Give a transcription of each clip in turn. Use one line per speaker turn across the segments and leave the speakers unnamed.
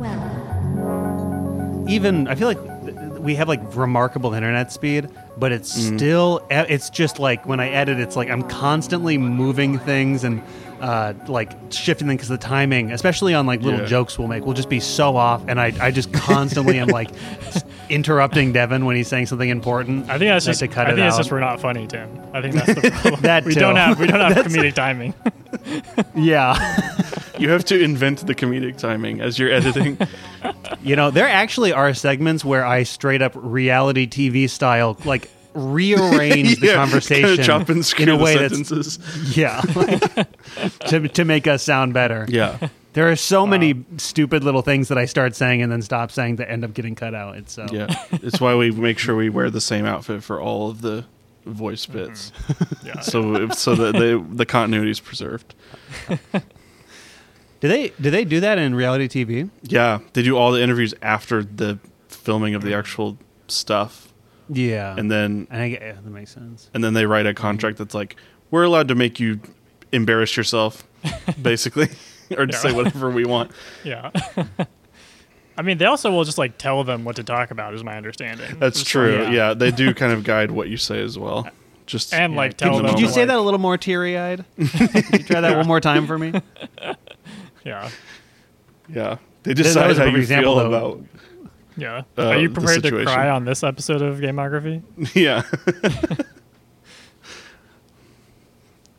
Well,
even I feel like th- th- we have like remarkable internet speed, but it's
Mm.
still eh, it's just like when I edit, it's like I'm constantly moving things and uh, like shifting them because the timing, especially on like little
Yeah.
jokes we'll make, will just be so off, and I I just constantly am like interrupting Devin when he's saying something important.
I think that's
Like,
just
to cut
I
it
think it's
out.
just we're not funny, Tim. I think that's the problem.
That
we
too.
don't have we don't have comedic timing.
yeah.
You have to invent the comedic timing as you're editing.
You know, there actually are segments where I straight up reality TV style like rearrange the
Yeah, kinda
conversation
chop and screw
in a
the
way
sentences.
that's yeah, like, to to make us sound better.
yeah.
There are so many stupid little things that I start saying and then stop saying that end up getting cut out. It's so
Yeah. It's why we make sure we wear the same outfit for all of the voice bits.
Yeah.
So so that the the continuity is preserved.
do they do they do that in reality TV?
Yeah, they do all the interviews after the filming of the actual stuff,
Yeah,
and then
I think yeah, that makes sense.
and then they write a contract that's like, we're allowed to make you embarrass yourself, basically, or to say whatever we want.
Yeah. I mean, they also will just like tell them what to talk about. Is my understanding.
That's
Just,
true.
like,
yeah. they do kind of guide what you say as well. Just
And like
keep
tell
them
them.
Could you
to,
say
like-
that a little more teary eyed? try that one more time for me?
Yeah.
yeah, they
That
decide
was a
how
perfect
you
example,
feel
though.
about
Yeah.
Uh,
Are you
the
prepared to
situation.
cry on this episode of Gameography?
yeah.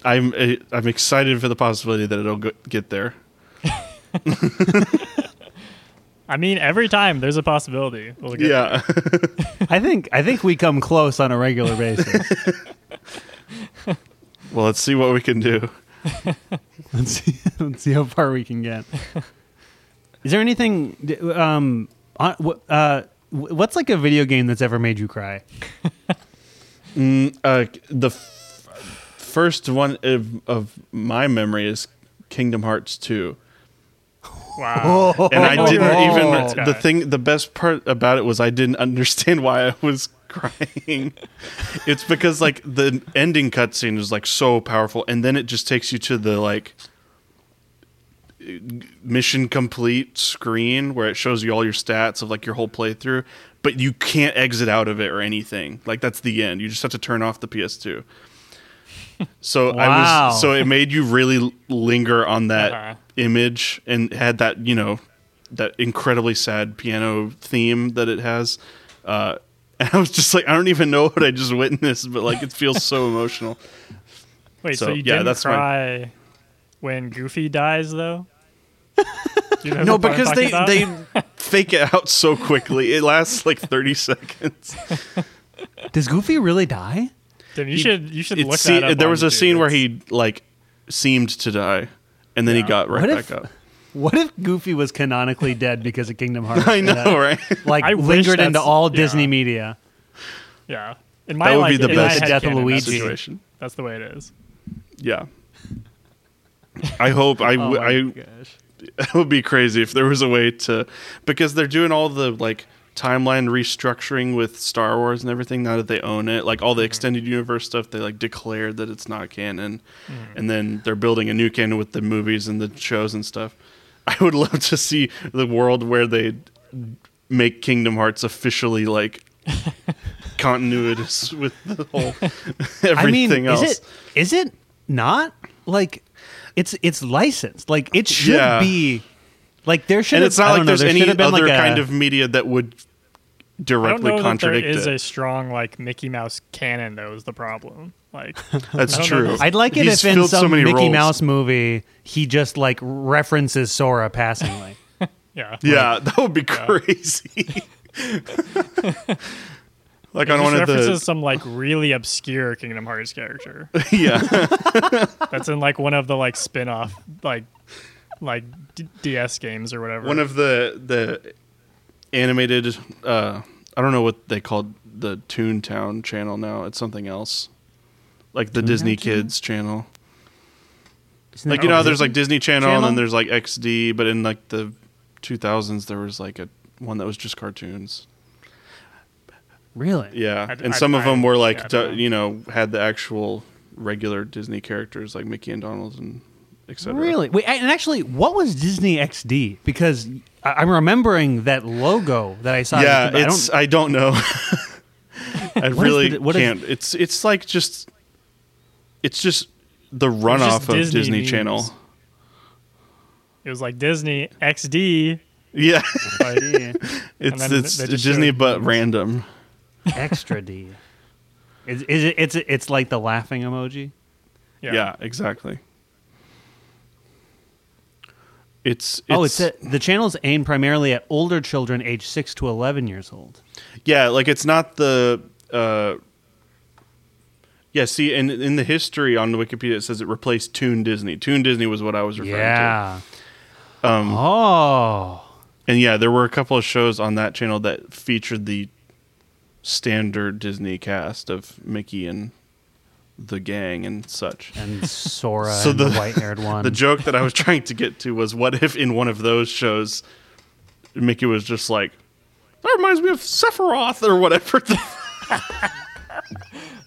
I'm uh, I'm excited for the possibility that it'll go- get there.
I mean, every time there's a possibility. We'll get
Yeah,
I think I think we come close on a regular basis.
well, let's see what we can do.
Let's see, let's see how far we can get. Is there anything? d- Um, on, wh- uh, wh- what's like a video game that's ever made you cry?
Uh, the f- first one of, of my memory is Kingdom Hearts 2.
Wow.
And I
Oh.
didn't
Oh.
even
Okay.
the thing the best part about it was I didn't understand why I was crying. it's because like the ending cutscene is like so powerful and then it just takes you to the like mission complete screen where it shows you all your stats of like your whole playthrough, but you can't exit out of it or anything. Like that's the end. You just have to turn off the PS2. So I
Wow.
was so it made you really l- linger on that
Uh-huh.
image and had that you know that incredibly sad piano theme that it has. Uh, and I was just like, I don't even know what I just witnessed, but like it feels so emotional.
Wait, so,
So,
you
yeah,
didn't
that's my-
cry when Goofy dies, though? Do you know
No,
the part I'm
because
talking
they
about?
they fake it out so quickly. It lasts like thirty seconds.
Does Goofy really die?
Tim, you
he-
should you should
It
look
se-
that up.
there
on
was a
YouTube.
scene where
It's-
he like seemed to die, and then he got right
What
back
if-
up.
What if Goofy was canonically dead because of Kingdom Hearts?
I
and
know,
that,
right?
Like
I wish
lingered
that's-
into all
yeah.
Disney media.
yeah. In my
That would
like,
be the
in my
best
head
death of
canon,
Luigi.
That's, the-
situation.
that's the way it is.
Yeah. I hope I
Oh
w-
my
I
gosh.
that would be crazy if there was a way to because they're doing all the like timeline restructuring with Star Wars and everything now that they own it like
Mm-hmm.
all the extended universe stuff they like declared that it's not canon
Mm-hmm.
and then they're building a new canon with the movies and the shows and stuff I would love to see the world where they make Kingdom Hearts officially like continuous with the whole everything
I mean,
else
is it is it not like it's it's licensed? Like it should
Yeah.
be. Like there should
and
have,
it's
I
not
don't
like
know,
there's
there should
any
have been
other
like a,
kind of media that would
I don't
directly
know that there
contradict
is
it.
a strong like Mickey Mouse canon though is the problem. Like
That's
I don't know
true.
that-
I'd like it
He's
if in
filled so
some
many
Mickey
roles.
Mouse movie he just like references Sora passingly.
yeah.
Yeah, that would be crazy. like on
It
one
just
of the
references some like really obscure Kingdom Hearts character
yeah,
that's in like one of the like spin-off like like D- DS games or whatever.
one of the the animated. uh I don't know what they called the Toontown channel now. It's something else, like the Disney Kids channel.
Isn't
Like
that
you know, how
what it
there's
is?
like Disney Channel, and
Channel?
then there's like XD, but in like the 2000s, there was like a one that was just cartoons.
really
Yeah,
I-
and
I-
some of
I-
them were like
yeah, I
du-
don't know.
you know had the actual regular Disney characters like Mickey and Donald and etc.
Really? Wait, and actually, what was Disney XD? Because I- I'm remembering that logo that I saw.
Yeah,
I don't-
it's I don't know. I
What is
really
the- what is-
can't. it's it's like just it's just the runoff of
Disney
Disney
memes.
Channel.
It was like Disney XD.
Yeah,
Like,
it's
then
it's
they just
Disney
showed-
but random.
extra D. Is, is it? It's it's like the laughing emoji.
Yeah, exactly. It's, it's
oh, it's a, the channel's aimed primarily at older children, aged six to eleven years old.
Yeah, like it's not the uh Yeah, see in in the history on Wikipedia it says it replaced Toon Disney. Toon Disney was what I was referring to.
Yeah.
Um,
oh.
And yeah, there were a couple of shows on that channel that featured the standard Disney cast of Mickey and the gang and such.
And Sora,
So
and the,
the-
white-haired one.
The joke that I was trying to get to was what if in one of those shows Mickey was just like that reminds me of Sephiroth or whatever.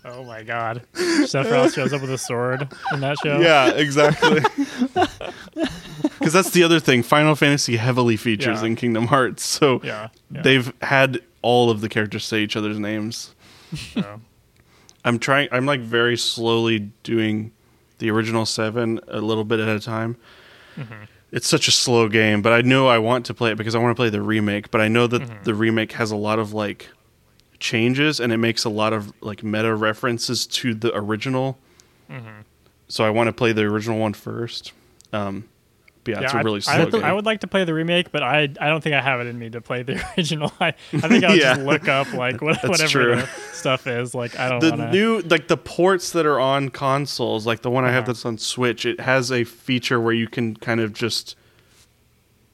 Oh my God. Sephiroth shows up with a sword in that show.
Yeah, exactly. Because that's the other thing. Final Fantasy heavily features
Yeah.
in Kingdom Hearts, so
Yeah, yeah.
they've had all of the characters say each other's names.
So,
I'm trying. I'm like very slowly doing the original seven a little bit at a time.
Mm-hmm.
It's such a slow game, but I know I want to play it because I want to play the remake. But I know that
Mm-hmm.
the remake has a lot of like changes and it makes a lot of like meta references to the original.
Mm-hmm.
So I want to play the original one first. Um, but yeah, it's
I-
a really
I,
slow
would-
game.
I would like to play the remake, but I I don't think I have it in me to play the original. I, I think I'll
Yeah.
just look up like what, whatever
true.
the stuff is. Like I don't
the
wanna,
new like the ports that are on consoles like the one i have
Uh-huh.
that's on switch it has a feature where you can kind of just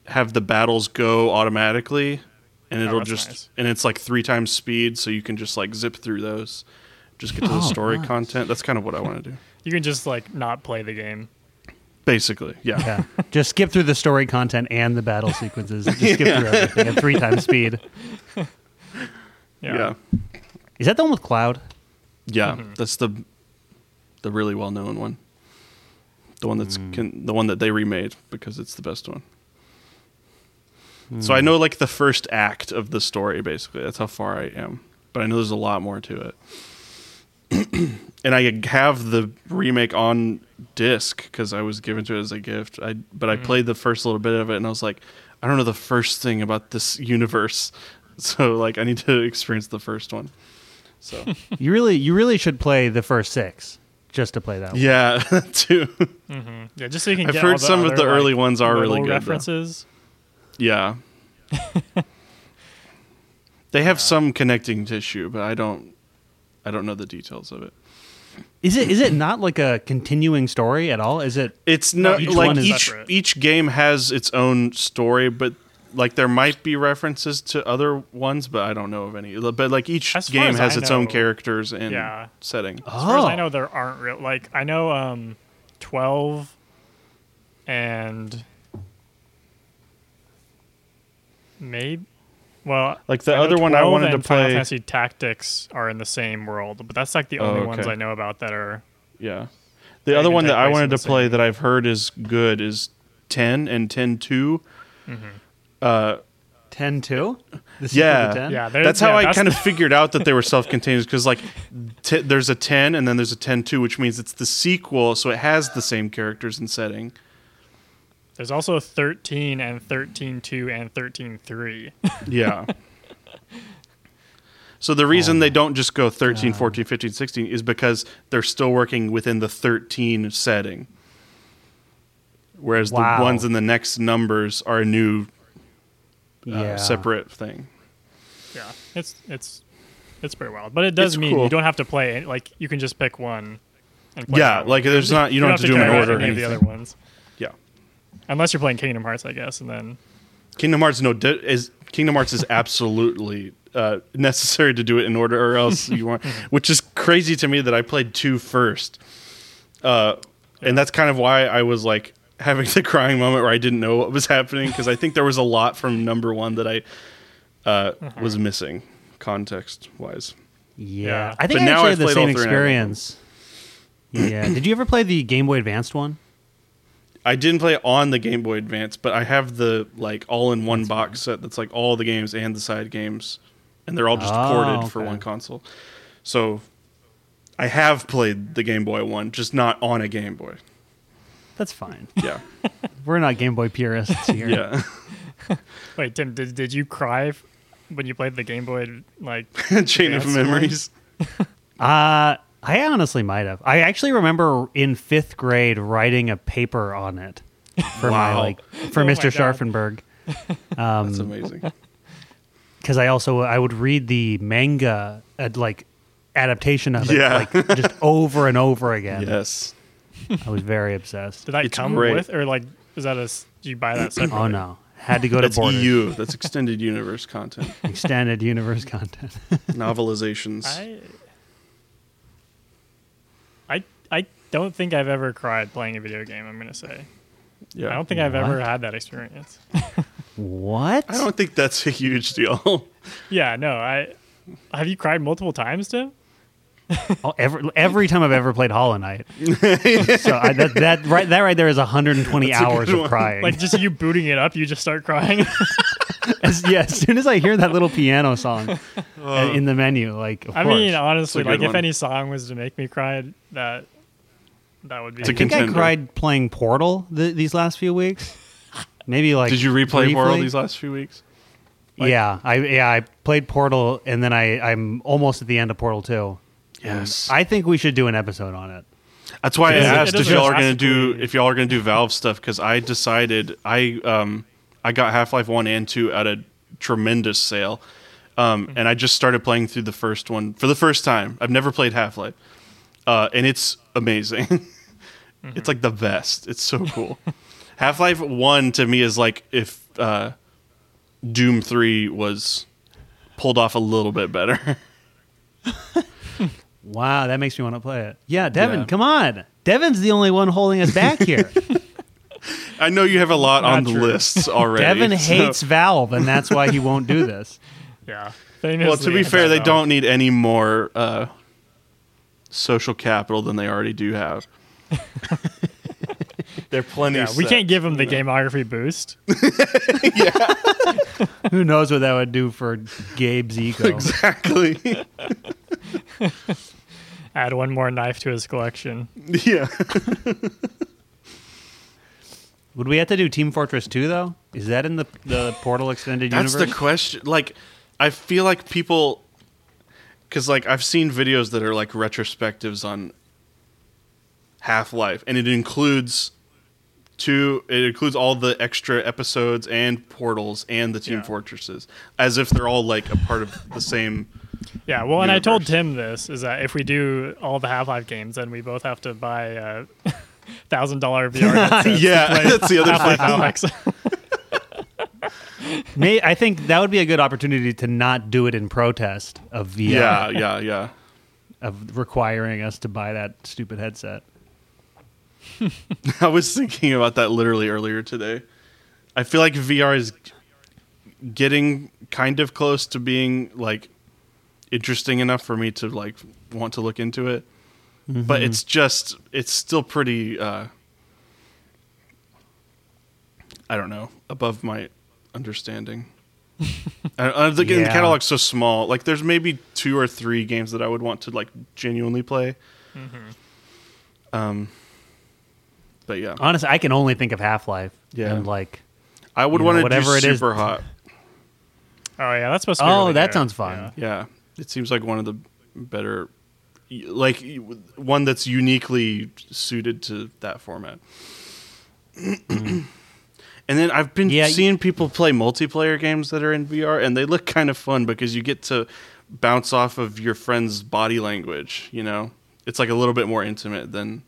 have the battles go automatically and it'll
Oh, that's
just
nice.
and it's like three times speed so you can just like zip through those just get to
Oh,
the story content that's kind of what i want to do
You can just like not play the game.
basically yeah,
yeah. Just skip through the story content and the battle sequences. Just skip through everything at three times speed.
yeah yeah,
Is that the one with Cloud?
that's the the really well-known one the one that's can, the one that they remade because it's the best one So I know like the first act of the story, basically. That's how far I am. But I know there's a lot more to it. and I have the remake on disc because I was given to it as a gift. I but I played the first little bit of it and I was like, I don't know the first thing about this universe. So like I need to experience the first one. So
You really, you really should play the first six just to play that. one.
yeah, too.
Yeah, just so you can.
I've
get
heard
all the
some of
other,
the
like,
early ones are really
little
good. though.
references.
Yeah. they have some connecting tissue, but I don't I don't know the details of it.
Is it is it not like a continuing story at all? Is it?
It's not
each
like
one is
each
separate.
each game has its own story, but like there might be references to other ones, but I don't know of any. But like each
As far
game
as
has
I
its own
know-
characters and
Yeah.
setting.
As far as
Oh.
I know, there aren't real. Like I know, um, twelve, and maybe. Well,
Like the
I know
other one I
12
wanted to
and Final
play-
Fantasy Tactics are in the same world, but that's like the
Oh,
only ones
okay.
I know about that are.
Yeah. The
They
other
can
one
take
that I
place in
wanted
the
to play
same-
that I've heard is good is 10 and 10 2. Uh
10 2?
Yeah.
Yeah, there-
that's how
yeah,
I
that's
kind of figured out that they were self-contained because like t- there's a 10 and then there's a 10 2 which means it's the sequel so it has the same characters and setting
There's also thirteen and thirteen two and thirteen three.
yeah Um, so the reason they don't just go 13 14 15 16 is because they're still working within the 13 setting whereas
Wow.
the ones in the next numbers are a new uh,
Yeah.
separate thing
yeah, it's it's it's pretty wild, but it does
It's
mean
cool.
you don't have to play. any- Like you can just pick one. And play
yeah
that one.
like there's not you don't, have to do
care
them in
about
order or
any of the
anything.
other ones.
yeah
Unless you're playing Kingdom Hearts, I guess, and then
Kingdom Hearts no di- is Kingdom Hearts is absolutely uh, necessary to do it in order, or else you want. Which is crazy to me that I played two first, uh, and that's kind of why I was like having the crying moment where I didn't know what was happening because I think there was a lot from number one that I uh, was missing context wise.
Yeah.
Yeah.
I think
But
I
now
actually
I've
had the
played
same
all three and I love them.
experience. Yeah. Did you ever play the Game Boy Advanced one?
I didn't play it on the Game Boy Advance, but I have the like all in one box set that's like all the games and the side games, and they're all just
Oh,
ported for
okay.
one console. So I have played the Game Boy one, just not on a Game Boy.
That's fine.
Yeah,
We're not Game Boy purists here.
yeah.
Wait, Tim, did, did you cry f- when you played the Game Boy? Like,
Chain
Advance
of
one?
memories.
Uh, I honestly might have. I actually remember in fifth grade writing a paper on it for my
Wow.
like for
Oh my
Mr.
God.
Scharfenberg Um,
That's amazing.
because I also I would read the manga uh, like adaptation of it
Yeah.
like just over and over again.
yes.
I was very obsessed.
did that
It's
come
great.
with, or like, was that a? s- Did you buy that separately?
Oh no, had to go to
That's
Borders
EU. That's extended universe content.
extended universe content.
Novelizations.
I, I, I don't think I've ever cried playing a video game. I'm gonna say
yeah.
I don't think I've ever
What?
had that experience.
what?
I don't think that's a huge deal.
yeah, no. I have you cried multiple times, Tim?
Oh, every, every time I've ever played Hollow Knight, so I, that, that right that right there is 120
a
hours
good
of
one.
crying.
Like just you booting it up, you just start crying.
as, yeah, as soon as I hear that little piano song uh, in the menu, like of
I
course.
mean, honestly,
It's a good
like if
one.
any song was to make me cry, that that would be.
It's a
I think I
contender.
cried playing Portal th- these last few weeks. Maybe like
Did you replay Portal
briefly.
these last few weeks?
like-
yeah, I yeah I played Portal and then I I'm almost at the end of Portal two. And
Yes.
I think we should do an episode on it.
That's why I
doesn't- it
asked if
doesn't
y'all are gonna
classically-
do if y'all are gonna do Valve stuff because I decided I um I got Half Life One and Two at a tremendous sale, um
Hmm.
and I just started playing through the first one for the first time. I've never played Half Life, uh, and it's amazing.
Mm-hmm.
It's like the best. It's so cool. Half Life One to me is like if uh, Doom Three was pulled off a little bit better.
Wow, that makes me want to play it. Yeah, Devin,
Yeah.
come on. Devin's the only one holding us back here.
I know you have a lot on the
true.
lists already.
Devin
so-
hates Valve, and that's why he won't do this.
yeah.
Well, to be fair, they don't need any more uh, social capital than they already do have. They're plenty.
Yeah, we
set.
can't give them the gamography boost.
Who knows what that would do for Gabe's ego?
exactly.
Add one more knife to his collection.
yeah.
Would we have to do Team Fortress 2 though? Is that in the the Portal Extended
That's the
Universe?
question. Like, I feel like people, because like I've seen videos that are like retrospectives on Half Life, and it includes two. It includes all the extra episodes and portals and the Team
Yeah.
Fortresses, as if they're all like a part of the same.
Yeah, well, and I told
Universe.
Tim this is that if we do all the Half Life games, then we both have to buy a thousand dollar VR headsets.
yeah, that's the other
Half-Life
thing.
Alex.
May, I think that would be a good opportunity to not do it in protest of VR
Yeah, yeah, yeah.
of requiring us to buy that stupid headset.
I was thinking about that literally earlier today. I feel like VR is getting kind of close to being like interesting enough for me to like want to look into it. But it's just it's still pretty uh I don't know, above my understanding. I, I think the
Yeah.
catalog's so small. Like there's maybe two or three games that I would want to like genuinely play. Um but yeah.
Honestly, I can only think of Half Life.
Yeah.
And like,
I
you
would
know,
want to do
whatever it is.
super hot.
Oh yeah, that's supposed to. be
oh,
really
that
good.
sounds fun.
Yeah.
Yeah, it seems like one of the better, like one that's uniquely suited to that format. and then I've been
Mm. Yeah, y-
seeing people play multiplayer games that are in VR, and they look kind of fun because you get to bounce off of your friend's body language. You know, it's like a little bit more intimate than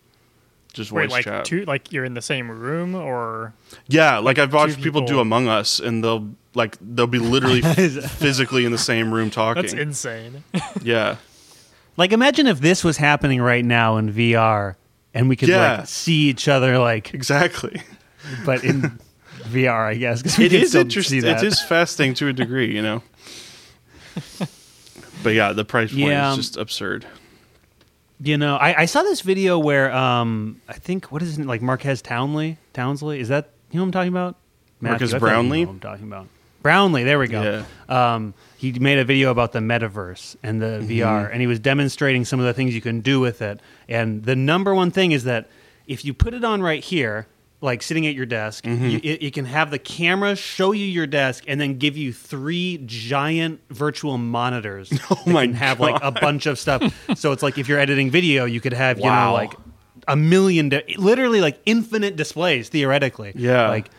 just voice
Wait, like
chat.
two, like you're in the same room, or
Yeah, like, I've watched people, do
people-
Among Us, and they'll like they'll be literally physically in the same room talking.
that's insane.
yeah,
Like, imagine if this was happening right now in VR and we could
Yeah.
like see each other, like,
exactly.
but in VR, I guess. Because
It is
interesting.
interesting. It is fascinating to a degree, you know. but yeah, the price point
Yeah.
is just absurd.
You know, I, I saw this video where um, I think what is it like Marquez Townley? Townsley is that you know what I'm talking about?
Marquez
I feel like you
Brownlee?
know what I'm talking about Brownlee. There we go. Um, he made a video about the metaverse and
Mm-hmm.
the VR, and he was demonstrating some of the things you can do with it. And the number one thing is that if you put it on right here. Like sitting at your desk,
Mm-hmm.
you, it, it can have the camera show you your desk and then give you three giant virtual monitors. Oh
my
can have like a bunch of stuff. so it's like if you're editing video, you could have you know
Wow.
like a million, di- literally like infinite displays theoretically.
Yeah.
like.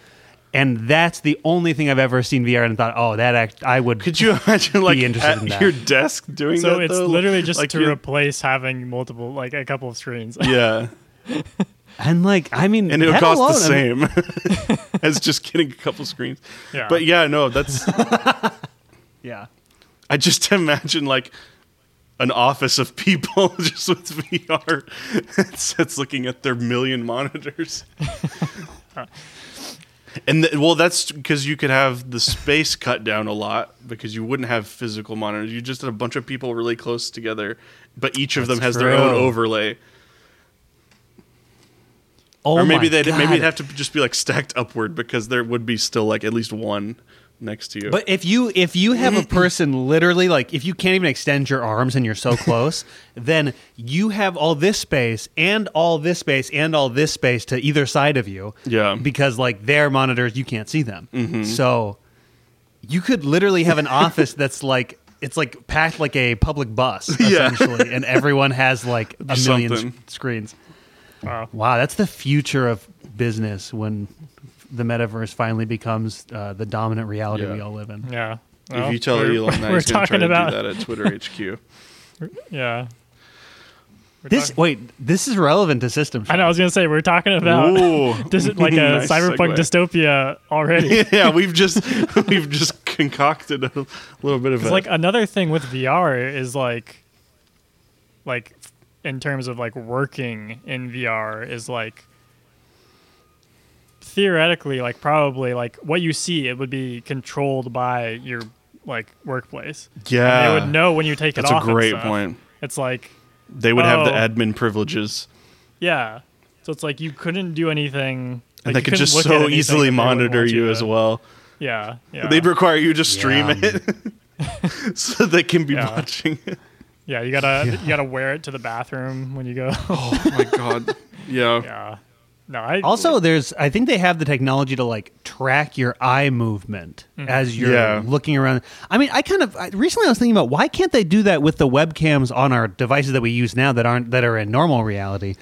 And that's the only thing I've ever seen VR and thought, oh, that act I would.
Could you imagine like
interested
at
in that.
your desk doing that?
So it's
though?
literally just
Like,
to
you-
replace having multiple, like a couple of screens.
yeah,
and like, I mean,
and it would
that
cost the
alone, I mean,
same as just getting a couple screens.
Yeah.
But yeah, no, that's
yeah,
I just imagine like an office of people just with VR headsets looking at their million monitors. and th- well, that's because you could have the space cut down a lot because you wouldn't have physical monitors. You just had a bunch of people really close together, but each of them
That's
has their own
true.
overlay.
oh
or maybe
my
they'd maybe
God.
it'd have to just be like stacked upward because there would be still like at least one next to you.
But if you if you have a person literally like if you can't even extend your arms and you're so close, then you have all this space and all this space and all this space to either side of you.
Yeah. Mm-hmm.
Because like their monitors, you can't see them. So you could literally have an office that's like it's like packed like a public bus
Yeah.
essentially, and everyone has like a million
Something.
s- screens.
Wow.
Wow, that's the future of business when the metaverse finally becomes uh, the dominant reality
Yeah.
we all live in.
Yeah.
if
Well,
you tell
we're-
Elon that,
we're
he's going to try
talking
to
about
do that at Twitter HQ.
yeah. We're
This
talking-
wait, this is relevant to system.
I know. I was gonna say we're talking about
Ooh.
this is like a
Nice
cyberpunk
segue.
dystopia already.
yeah, we've just we've just concocted a little bit of a,
Because like uh, another thing with VR is like, like f- in terms of like working in VR is like theoretically like probably like what you see it would be controlled by your like workplace.
yeah.
they would know when you take
That's
it
a
off. and
great
stuff.
point.
It's like
They would have the
Oh.
admin privileges,
yeah, so it's like you couldn't do anything.
and
like, you
they could
couldn't
just
look at
so
anything
easily
that they wouldn't
monitor
want
you
to-
as well.
Yeah, yeah.
They'd require you to stream
Yeah.
it, so they can be
Yeah.
watching. it.
yeah, you gotta you gotta wear it to the bathroom when you go.
Oh my god! Yeah,
yeah. No, I
Also, there's I think they have the technology to like track your eye movement as you're
Yeah.
looking around. I mean, I kind of I, recently I was thinking about why can't they do that with the webcams on our devices that we use now that aren't that are in normal reality.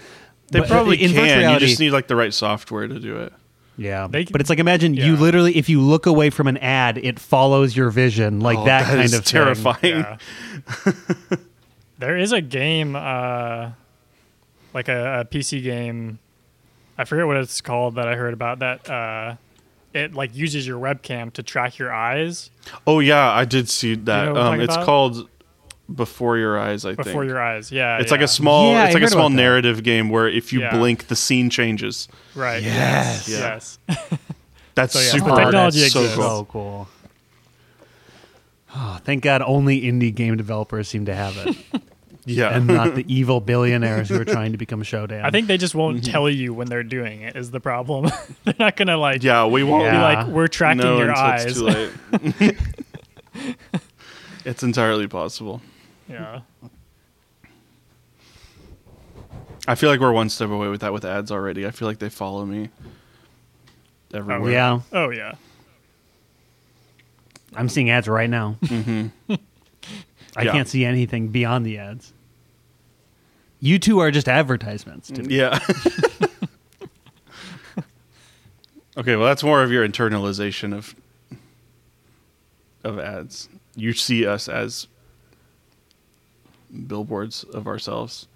they
But
probably
in virtual
can.
reality-
you just need like the right software to do it.
yeah,
They can-
but it's like imagine you
yeah.
literally if you look away from an ad, it follows your vision like
Oh,
that, kind
is
of thing.
terrifying.
Yeah. there is a game, uh, like a, a PC game. I forget what it's called that I heard about that. Uh, it like uses your webcam to track your eyes
Oh yeah, I did see that.
know what I'm
um,
talking
it's
about?
called Before Your Eyes. I
before
think
your eyes. Yeah,
It's
yeah.
like a small.
Yeah, I
it's like a
heard about
small
that.
narrative game where if you
Yeah.
blink, the scene changes.
right.
Yes.
yes.
That's
So, yeah.
super.
Oh, The technology
Oh, that's so
exists.
cool.
So cool. Oh, thank God only indie game developers seem to have it
Yeah.
and not the evil billionaires who are trying to become Shodan.
I think they just won't
Mm-hmm.
tell you when they're doing it is the problem. they're not gonna like
yeah, we won't
be
Yeah.
like we're tracking
know
your
until
eyes.
it's too late. it's entirely possible.
yeah.
I feel like we're one step away with that with ads already. I feel like they follow me everywhere.
Yeah,
Oh yeah.
I'm seeing ads right now.
Mm-hmm.
I
Yeah.
can't see anything beyond the ads. You two are just advertisements. To me.
Yeah. okay, well that's more of your internalization of of ads. You see us as billboards of ourselves.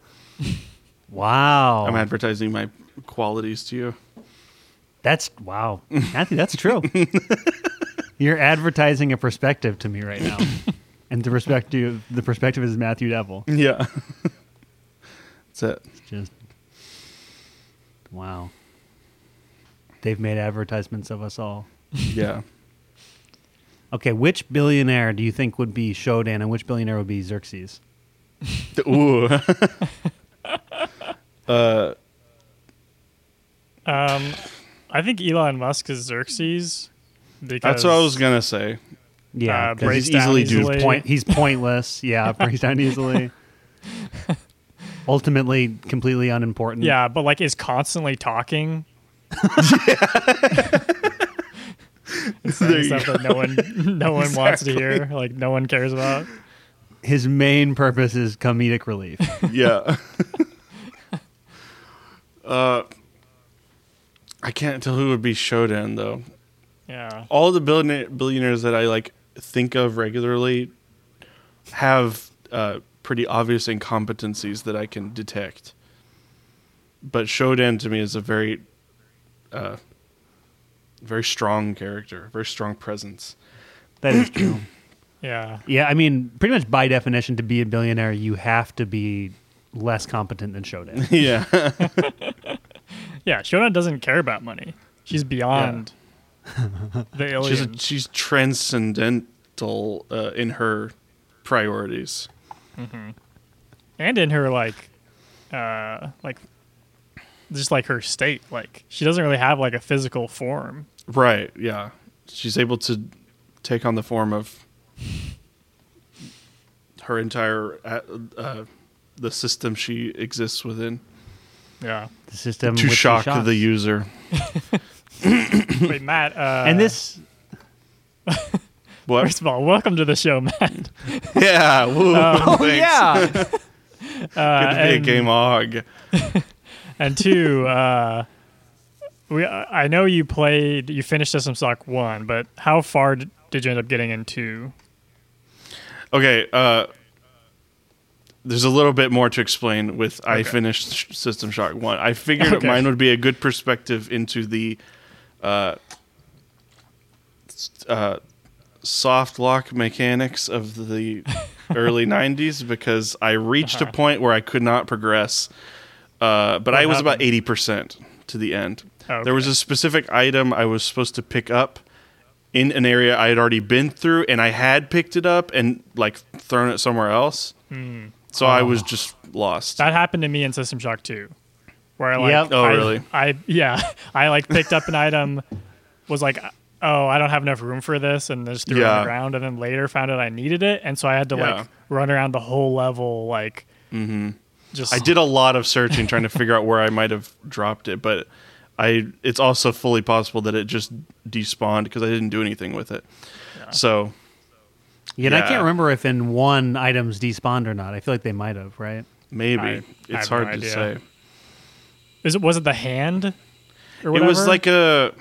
Wow,
I'm advertising my qualities to you.
that's wow, Matthew. That's true. You're advertising a perspective to me right now, and the perspective the perspective is Matthew Devil.
Yeah. That's it.
just wow they've made advertisements of us all
Yeah.
okay which billionaire do you think would be shodan and which billionaire would be xerxes
Ooh.
Um, I think Elon Musk is Xerxes. Because
That's what I was gonna say.
Yeah,
Uh,
'cause
breaks
he's
down
easily dude.
easily.
Point, he's pointless. Yeah, breaks down easily. Ultimately, completely unimportant.
Yeah, but like is constantly talking. It's
There you
stuff that no one, no one wants to hear. Like no one cares about.
his main purpose is comedic relief.
Yeah. uh, I can't tell who would be Shodan though.
Yeah.
All the billionaire billionaires that I like think of regularly have uh, pretty obvious incompetencies that I can detect. But Shodan to me is a very, uh, very strong character, very strong presence.
That is true.
Yeah.
Yeah, I mean, pretty much by definition, to be a billionaire, you have to be less competent than Shodan.
yeah.
Yeah. Shona doesn't care about money. She's beyond the
She's
alien.
she's transcendental uh, in her priorities.
and in her like uh like just like her state like she doesn't really have like a physical form
Right. Yeah. She's able to take on the form of her entire uh, uh, the system she exists within
yeah
The system
to
Mm, with two
shock
shocks.
the user.
wait matt uh
And this,
What?
first of all welcome to the show matt
yeah. Woo, thanks.
Oh, yeah,
uh,
Good to be a
and,
game og.
and two uh we i know you played you finished system shock one but how far d- did you end up getting in two
Okay. Uh, there's a little bit more to explain with I finished Sh- System Shock 1. I figured
Okay.
mine would be a good perspective into the uh, s- uh, soft lock mechanics of the early 90s because I reached
Uh-huh.
a point where I could not progress. Uh, but I was about 80% to the end.
Oh,
There was
okay.
a specific item I was supposed to pick up in an area I had already been through, and I had picked it up and like thrown it somewhere else.
Hmm.
So I was just lost.
that happened to me in system shock 2 where i like
Yep.
Oh,
I,
really?
I yeah i like picked up an item was like oh i don't have enough room for this and just threw it on
Yeah.
the ground and then later found out i needed it and so i had to
Yeah. Mm-hmm.
like run around the whole level like just
I did a lot of searching trying to figure out where I might have dropped it, but I it's also fully possible that it just despawned because I didn't do anything with it. So
yeah. And I
Yeah.
can't remember if in one items despawned or not. I feel like they might have, right?
maybe
I- I
it's
have no
hard to
idea.
say.
is it was it the hand or
It was like a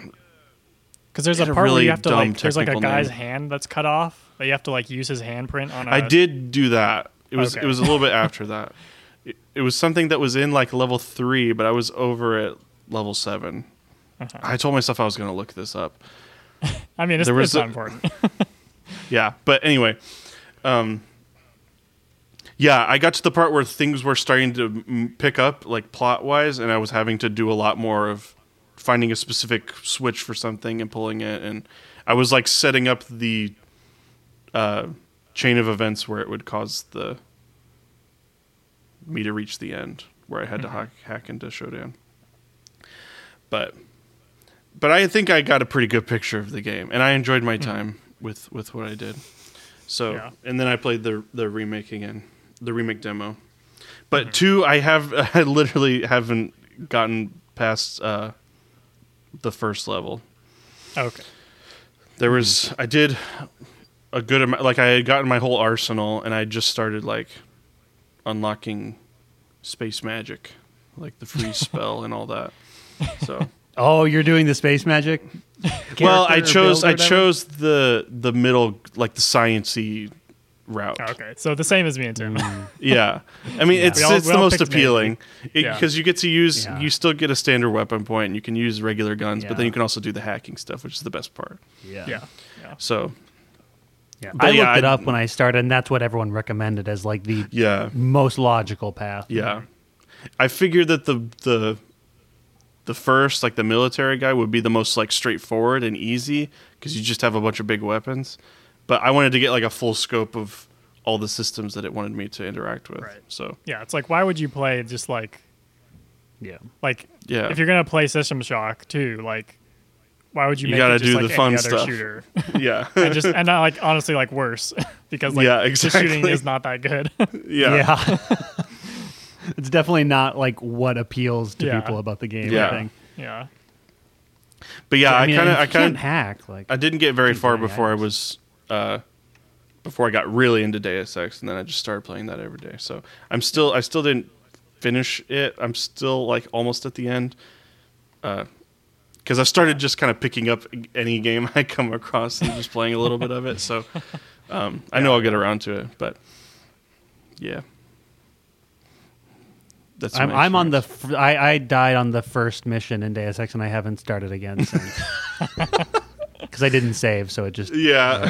because there's a
had a
part where
really
you have to
dumb
like there's like a
technical
guy's
name.
hand that's cut off that you have to like use his handprint on a
I did do that. It was
Uh, Okay.
it was a little bit after that. It, it was something that was in like level three, but I was over at level 7 I told myself I was going to look this up.
i mean it's,
there was
it's
a-
not important
Yeah, but anyway, um, yeah, I got to the part where things were starting to m- pick up like plot wise, and I was having to do a lot more of finding a specific switch for something and pulling it, and I was like setting up the uh, chain of events where it would cause the me to reach the end where I had to hack, hack into Shodan. But but I think I got a pretty good picture of the game, and I enjoyed my time with with what I did. So
Yeah.
and then I played the the remake again, the remake demo. But two, I have I literally haven't gotten past uh, the first level.
okay
There was I did a good amount. Like I had gotten my whole arsenal, and I just started like unlocking space magic, like the freeze spell and all that. So.
Oh, you're doing the space magic.
well i
character or
chose
build or
i
whatever?
chose the the middle like the sciency route
Oh, okay so the same as me and tim
Mm. yeah i mean it's
We all-
it's
we
the
all
most
picked maybe.
appealing
Yeah.
because you get to use
Yeah.
you still get a standard weapon point and you can use regular guns but then
Yeah.
you can also do the hacking stuff which is the best part
Yeah.
yeah yeah
so
Yeah.
But
I
yeah,
looked it
I-
up when I started, and that's what everyone recommended as like the
yeah
most logical path.
yeah i figured that the the the first like the military guy would be the most like straightforward and easy because you just have a bunch of big weapons but i wanted to get like a full scope of all the systems that it wanted me to interact with
Right.
so
Yeah, it's like why would you play just like
Yeah.
Like,
Yeah.
if you're gonna play System Shock too, like, why would you?
You
make
gotta
it just
do
like
the fun
any other
stuff.
Shooter?
yeah.
and just and not like honestly like worse because like
Yeah,
the shooting
exactly.
is not that good.
yeah.
it's definitely not like what appeals to
Yeah.
people about the game.
Yeah.
I think.
yeah,
But yeah, I
mean,
kind of,
if
I
you
kind
can't
of,
hack like
I didn't get very
Keep
far
doing
before I
items.
was, uh, before I got really into Deus Ex, and then I just started playing that every day. So I'm still, I still didn't finish it. I'm still like almost at the end, because I started just kind of picking up any game I come across and just playing a little bit of it. So um, I know I'll get around to it, but yeah, that's
I'm,
my
I'm on the.
experience.
F- I, I died on the first mission in Deus Ex, and I haven't started again since. Because I didn't save, so it just
yeah.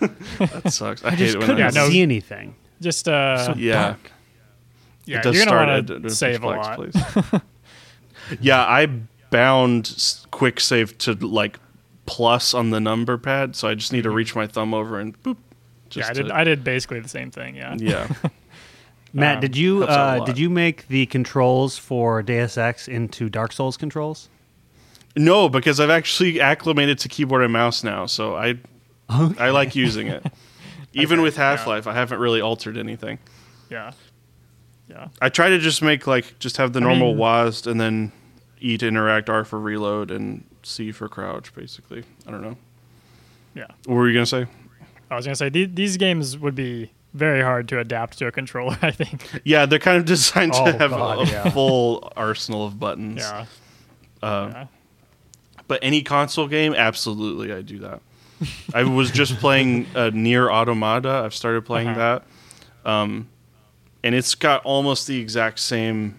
you know,
that sucks. I,
I
hate
just
it
couldn't
when that
Yeah, no.
happens.
see anything.
just uh,
So-
yeah.
Fuck.
yeah,
it does
you're
start
gonna
at-
want
at uh,
to save a
Flex,
lot.
please. yeah, I bound s- quick save to like plus on the number pad, so I just need to reach my thumb over and boop. Just
Mm-hmm. Yeah, I did.
to-
I did basically the same thing. Yeah,
yeah,
Matt,
Um,
did you
helps out a
uh,
lot.
did you make the controls for Deus Ex into Dark Souls controls?
no, because I've actually acclimated to keyboard and mouse now, so I I like using it. Even with
yeah.
Half Life, I haven't really altered anything.
yeah, yeah.
I try to just make like just have the normal
mean-
WASD and then E to interact, R for reload, and C for crouch. Basically, I don't know.
yeah.
What were you gonna say?
I was gonna say these, these games would be very hard to adapt to a controller. I think.
Yeah, they're kind of designed to
Oh,
have
God,
a
yeah.
full arsenal of buttons.
Yeah.
But any console game, absolutely, I do that. I was just playing uh, Near Automata. I've started playing
Uh-huh.
that, um, and it's got almost the exact same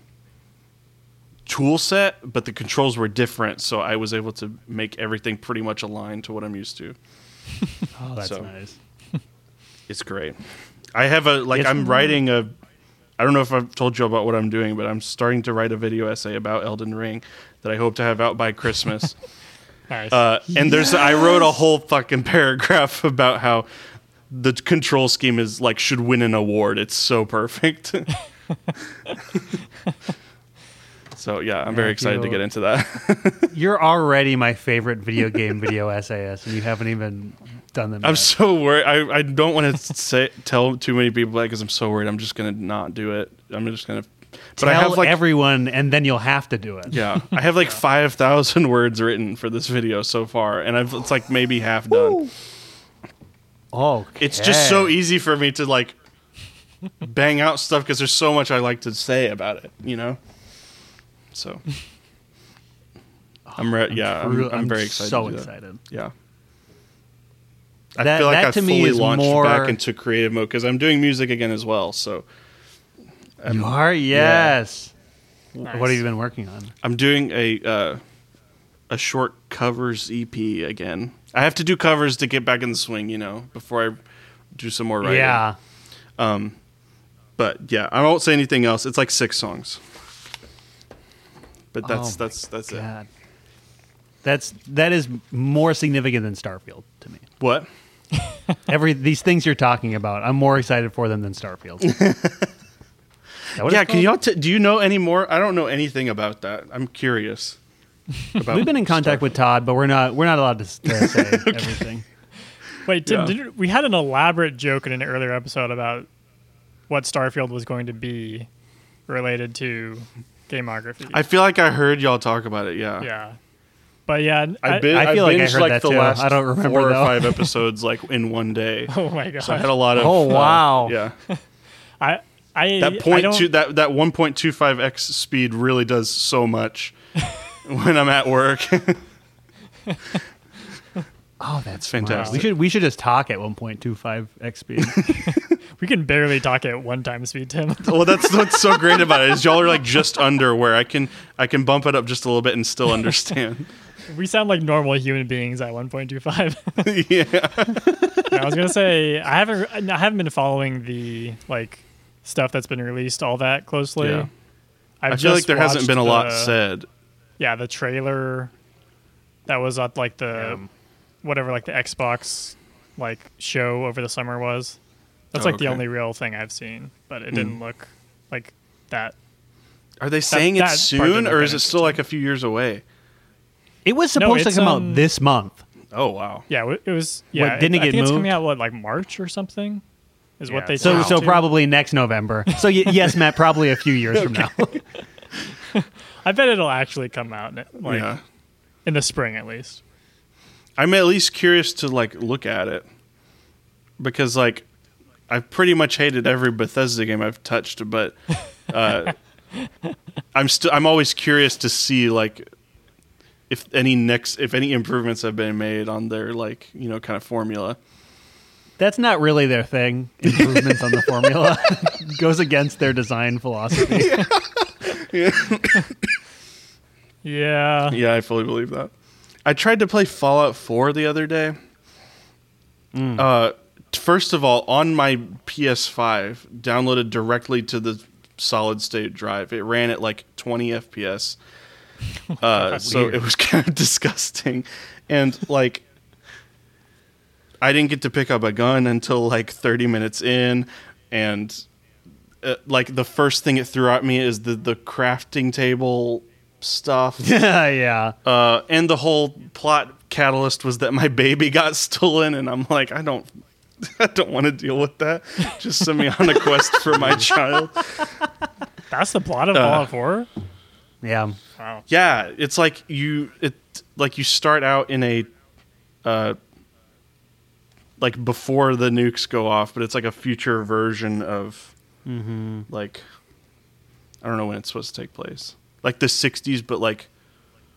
tool set, but the controls were different. So I was able to make everything pretty much aligned to what I'm used to.
Oh, that's
So-
nice.
It's great. I have a like
It's-
I'm writing a I don't know if I've told you about what I'm doing, but I'm starting to write a video essay about Elden Ring that I hope to have out by Christmas.
Nice.
uh, and there's I wrote a whole fucking paragraph about how the control scheme is like should win an award. It's so perfect. so yeah, I'm very
Thank
excited to
you.
get into that.
You're already my favorite video game video essayist, and you haven't even done them.
I'm
yet.
so worried. I, I don't want to say tell too many people that because I'm so worried. I'm just gonna not do it. I'm just gonna. But
Tell
I have like
everyone, and then you'll have to do it.
yeah, I have like five thousand words written for this video so far, and I've it's like maybe half done.
Oh,
It's just so e-, easy for me to like bang out stuff because there's so much I like to say about it. You know. So. I'm re- yeah, I'm, I'm very excited.
So
to do that.
excited.
Yeah. I
That-
feel like
that
I
to me
fully
is
launched
more-
back into creative mode because I'm doing music again as well. So
you are yes. W- What
Nice.
have you been working on?
I'm doing a uh, a short covers EP again. I have to do covers to get back in the swing, you know, before I do some more writing.
Yeah,
But yeah, I won't say anything else. It's like six songs. But that's
Oh my
that's that's it.
God. That's that is more significant than Starfield to me.
What?
Every these things you're talking about, I'm more excited for them than Starfield. Is that what it's
yeah,
called?
can y'all t- do you know any more? I don't know anything about that. I'm curious. About
We've been in contact with Todd, but we're not we're not allowed to, s- to say everything.
Wait, did,
Yeah.
did, we had an elaborate joke in an earlier episode about what Starfield was going to be related to gamography.
I feel like I heard y'all talk about it. Yeah.
yeah, but yeah,
I, bin-
I feel
I
like I
binged
heard
like
that
the
too.
last
I don't remember,
four or
though.
five episodes like in one day.
Oh my god!
So I had a lot of.
Oh,
uh,
wow.
yeah,
I, I
that
I
point
don't-
two that that one point two five x speed really does so much when I'm at work.
Oh, that's
fantastic.
We should we should just talk at 1.25 x speed.
we can barely talk at one time speed, Tim.
well, that's what's so great about it is y'all are like just under where I can I can bump it up just a little bit and still understand.
we sound like normal human beings at one point two five.
yeah,
I was gonna say I haven't I haven't been following the like stuff that's been released all that closely.
Yeah.
I've
I feel like
just
there hasn't
watched
been a lot
the-
said.
Yeah, the trailer that was at like the
Yeah.
whatever like the Xbox like show over the summer was. That's
Oh,
like the
okay. Hmm.
only real thing I've seen, but it didn't look like that
Are they saying
that
it's
part didn't
soon,
look
or
that
is it still like a few years away?
It was
No,
supposed
it's,
to come
um,
out this month.
Oh wow.
Yeah, it was. Yeah,
didn't it
I
get
think it's coming
moved?
out what like March or something. Is
Yeah,
what they
it's
So
said
so
too.
probably next November. So y- yes, Matt, probably a few years from now.
I bet it'll actually come out ne- like
yeah.
in the spring at least.
I'm at least curious to like look at it because like I've pretty much hated every Bethesda game I've touched, but uh, I'm still I'm always curious to see like if any next if any improvements have been made on their like you know kind of formula.
That's not really their thing. Improvements on the formula goes against their design philosophy.
Yeah.
Yeah, I fully believe that. I tried to play Fallout 4 the other day. Uh, t- first of all, on my PS5, downloaded directly to the solid state drive. It ran at like 20 FPS. Uh, so
Weird.
it was kind of disgusting. And like, I didn't get to pick up a gun until like 30 minutes in. And uh, like, the first thing it threw at me is the, the crafting table stuff.
yeah.
Uh, and the whole plot catalyst was that my baby got stolen, and I'm like, I don't, I don't want to deal with that. Just send me on a quest for my child.
That's the plot of
Uh,
Fallout 4?
Yeah.
Wow.
Yeah, it's like you, it like you start out in a, uh, like before the nukes go off, but it's like a future version of, like, I don't know when it's supposed to take place, like the '60s, but like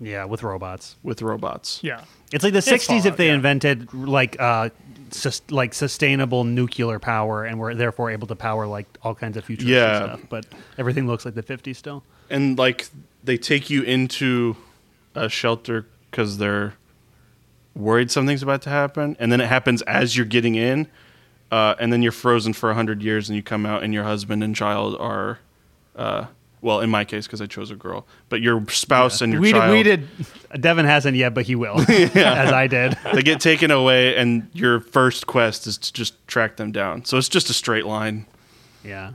Yeah, with robots.
with robots.
Yeah.
It's like the 60s if
Fallout,
they
yeah.
invented like uh sus- like sustainable nuclear power and were therefore able to power like all kinds of futuristic
Yeah.
stuff, but everything looks like the 50s still.
and like they take you into a shelter because they're worried something's about to happen, and then it happens as you're getting in, uh, and then you're frozen for hundred years, and you come out, and your husband and child are, uh, well, in my case, because I chose a girl, but your spouse and your
we
child
did, we did Devin hasn't yet, but he will. As I did.
they get taken away, and your first quest is to just track them down. So it's just a straight line.
Yeah.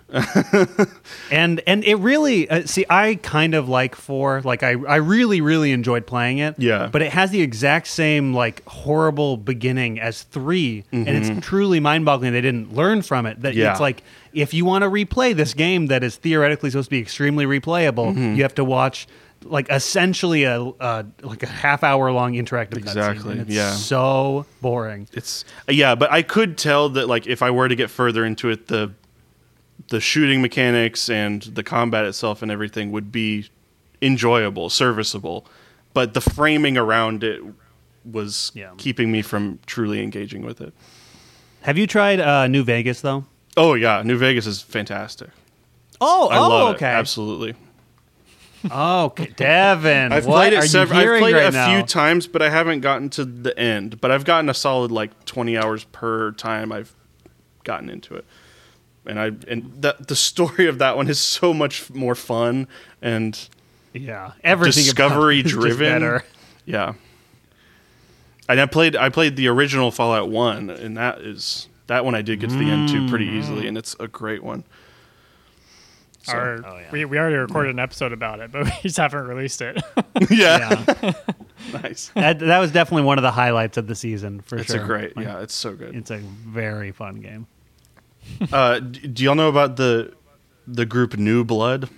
and and it really uh, see I kind of like 4, like I I really really enjoyed playing it.
Yeah.
But it has the exact same like horrible beginning as 3 and it's truly mind-boggling they didn't learn from it that
Mm-hmm. Yeah.
it's like if you want to replay this game that is theoretically supposed to be extremely replayable,
Mm-hmm.
you have to watch like essentially a uh, like a half hour long interactive cutscene,
Exactly,
and it's
yeah.
so boring.
it's yeah but i could tell that like if i were to get further into it the the shooting mechanics and the combat itself and everything would be enjoyable serviceable but the framing around it was
Yeah.
keeping me from truly engaging with it
Have you tried uh, New Vegas though?
oh yeah new vegas is fantastic
Oh,
i
oh,
love it
okay.
absolutely
Oh, okay. Devin,
i've
what
played
are
it several
you
i've
hearing
played
right
it a
now?
few times but i haven't gotten to the end but i've gotten a solid like 20 hours per time i've gotten into it and I and that the story of that one is so much more fun and
yeah, everything about
discovery
it is just
driven.
better.
yeah. And I played I played the original Fallout One, and that is that one I did get to the end to pretty
Mm.
easily, and it's a great one. So-
Our,
Oh, yeah.
we, we already recorded an episode about it, but we just haven't released it.
yeah,
Yeah,
nice.
that, that was definitely one of the highlights of the season for
It's
sure.
a great,
Like,
yeah, it's so good.
It's a very fun game.
Uh, d- do y'all know about the the group New Blood?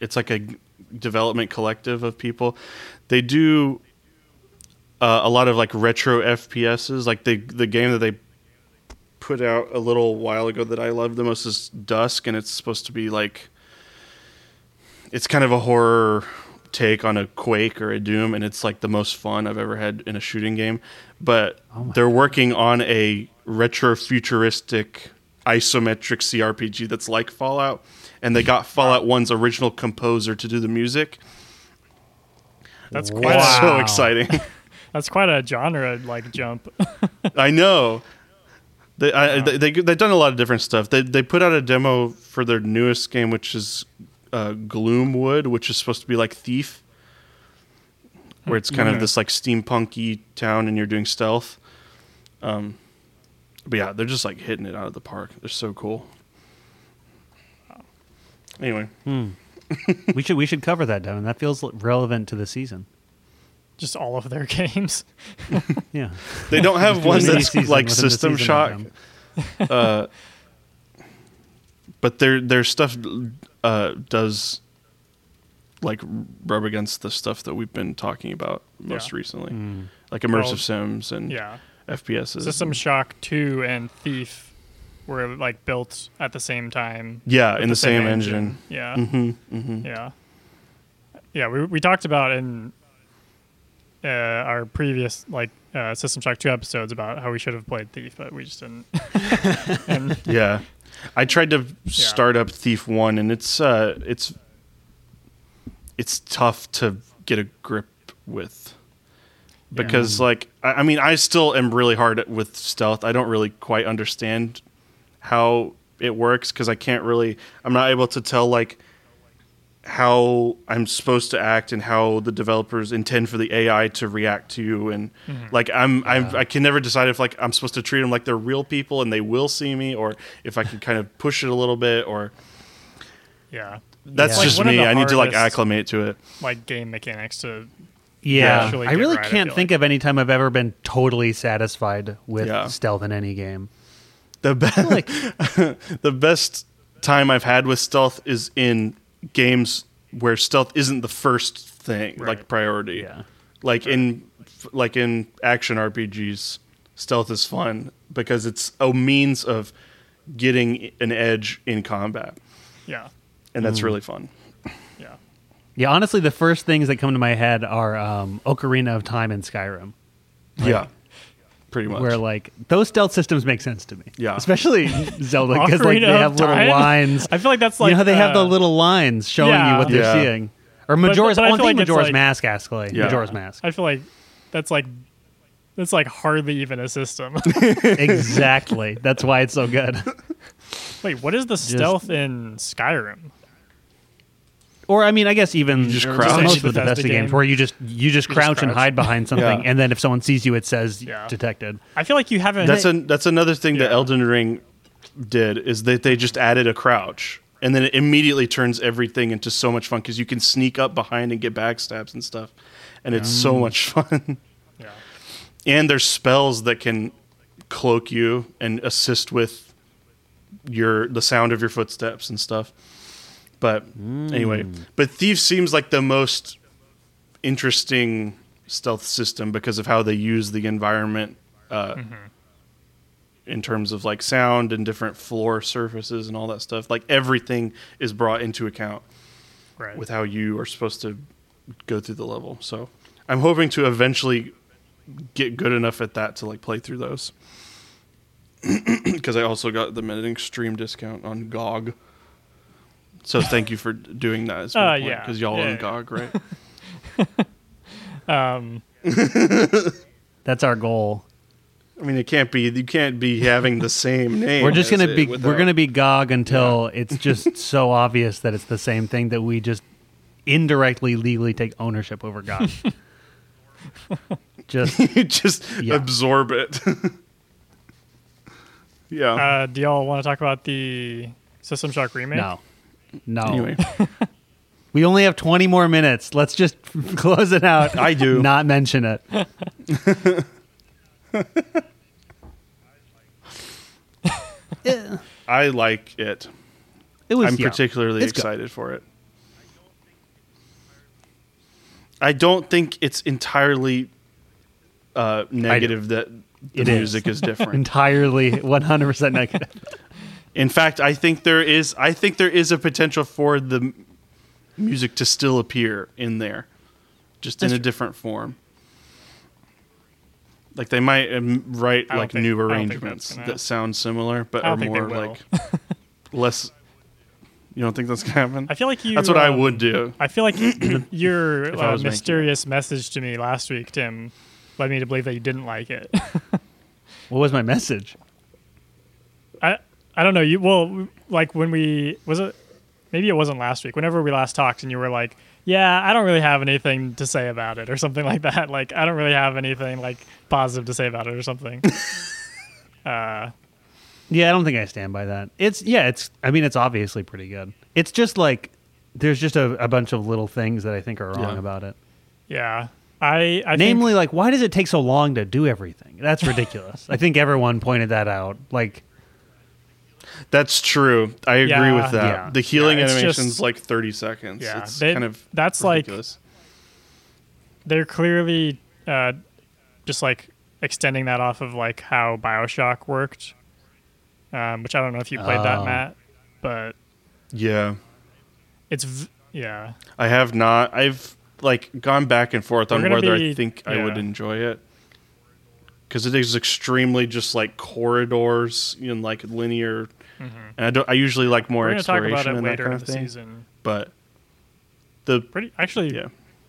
It's like a g- development collective of people. They do uh, a lot of like retro FPSs. Like the the game that they put out a little while ago that I love the most is Dusk, and it's supposed to be like it's kind of a horror take on a Quake or a Doom, and it's like the most fun I've ever had in a shooting game. But they're working on a retro futuristic isometric CRPG that's like Fallout, and they got Fallout One's original composer to do the music.
That's
Wow.
quite
It's
a,
so
Wow.
exciting.
that's quite a genre like jump.
I know. They, I, they, they they've done a lot of different stuff. They they put out a demo for their newest game, which is uh, Gloomwood, which is supposed to be like Thief, where it's kind of
Okay.
this like steampunky town, and you're doing stealth. Um, but yeah, they're just like
Hmm.
hitting it out of the park. They're so cool. Anyway,
we should we should cover that, Devin. That feels relevant to the season.
Just all of their games.
Yeah,
They don't have
Do a
one
mini
that's
season
like
within the
System
season
Shock,
outcome.
uh, but their their stuff uh, does like rub against the stuff that we've been talking about most
Yeah.
recently, like immersive
Well,
sims and
yeah.
FPSs.
System Shock 2 and Thief were like built at the same time.
yeah,
with
in the, same, engine.
Yeah.
Mm-hmm, mm-hmm.
Yeah. Yeah, we we talked about in uh, our previous like uh, System Shock 2 episodes about how we should have played Thief, but we just didn't. and
Yeah, I tried to start up Thief One, and it's uh, it's it's tough to get a grip with because, like, I, I mean, I still am really hard at, with stealth. I don't really quite understand how it works because I can't really. I'm not able to tell like how I'm supposed to act and how the developers intend for the AI to react to you and
Mm-hmm.
like I'm, I'm I can never decide if like I'm supposed to treat them like they're real people and they will see me or if I can kind of push it a little bit or
yeah,
that's
Like,
just
one of
me
the
I need to like
hardest-
acclimate to it
like game mechanics to
yeah.
actually
I
get
really
right, I
can't
feel
think
like.
of any time I've ever been totally satisfied with
Yeah.
stealth in any game.
the best
Like,
the best time I've had with stealth is in games where stealth isn't the first thing
Right.
like priority
yeah,
like in like in action RPGs, stealth is fun because it's a means of getting an edge in combat,
yeah,
and that's really fun.
yeah.
yeah. Honestly, the first things that come to my head are um, Ocarina of Time and Skyrim.
yeah, pretty much.
where like those stealth systems make sense to me.
Yeah.
especially Zelda because like they
Ocarina of
have little
Time?
lines.
I feel like that's like
you know how they have the
uh,
little lines showing you
yeah.
what they're
Yeah.
seeing. Or Majora's.
but I
oh, I'm
feel like
thinking
it's
Majora's
like-
Mask. Actually,
Yeah.
Majora's Mask.
I feel like that's like that's like hardly even a system.
exactly. That's why it's so good.
Wait, what is the stealth in Skyrim?
Or I mean, I guess even
just
or
crouch.
most of the
Bethesda
Bethesda
game.
games where you just you just crouch and
crouch.
hide behind something,
Yeah.
and then if someone sees you, it says
Yeah.
detected.
I feel like you haven't.
that's an that's another thing that
Yeah.
Elden Ring did is that they just added a crouch, and then it immediately turns everything into so much fun because you can sneak up behind and get backstabs and stuff, and it's so much fun.
Mm. yeah.
and there's spells that can cloak you and assist with your the sound of your footsteps and stuff. But
Mm.
anyway, but Thief seems like the most interesting stealth system because of how they use the environment uh, in terms of like sound and different floor surfaces and all that stuff. Like everything is brought into account
Right.
with how you are supposed to go through the level. So I'm hoping to eventually get good enough at that to like play through those. Because I also got them at an extreme discount on GOG. So thank you for doing that. As
Uh, yeah.
Because y'all
Yeah,
own
yeah.
GOG, right?
um,
That's our goal.
I mean, it can't be. You can't be having the same name.
We're just
as
gonna
it
be
without-
we're gonna be gog until it's just so obvious that it's the same thing that we just indirectly legally take ownership over gog. just
you just
Yeah.
absorb it. yeah.
Uh, do y'all want to talk about the System Shock remake?
no, no.
anyway,
We only have twenty more minutes. Let's just close it out.
I do.
not mention it.
I like it.
It was
I'm
yeah.
particularly
It's good.
excited for it. I don't think it's entirely uh, negative that the
It is.
music is different.
entirely one hundred percent negative.
In fact, I think there is I think there is a potential for the m- music to still appear in there, just in a different form. Like they might um, write
I don't
like
think-
new
I don't think that's
arrangements
gonna-
that sound similar but
I
are
don't think they
more
will.
like less. You don't think that's gonna happen?
I feel like you.
that's what I
um,
would do.
I feel like your
I
uh,
was making it.
mysterious message to me last week, Tim, led me to believe that you didn't like it.
What was my message?
I I don't know. You well, like when we was it maybe it wasn't last week. Whenever we last talked, and you were like, "Yeah, I don't really have anything to say about it," or something like that. Like I don't really have anything like positive to say about it, or something. uh,
Yeah, I don't think I stand by that. It's yeah, it's I mean it's obviously pretty good. It's just like there's just a, a bunch of little things that I think are wrong
Yeah.
about it.
Yeah. I, I think-
Namely, like, why does it take so long to do everything? That's ridiculous. I think everyone pointed that out. Like,
That's true. I agree
Yeah.
with that.
Yeah.
The healing
Yeah, it's
animation's
just-
like 30 seconds.
Yeah,
it's
they-
kind of
that's like-
ridiculous.
they're clearly uh, just like extending that off of like how Bioshock worked, um, which I don't know if you played that,
Oh.
Matt, but
like yeah.
it's v- yeah,
I have not. I've like gone back and forth on
We're gonna
whether I
be-
think I would
yeah.
enjoy it because it is extremely just like corridors and like linear. And I don't. I usually like more
Mm-hmm. we're gonna talk
exploration
about it
and that
later
kind
in
of
the
thing.
season.
But the
Pretty actually,
yeah,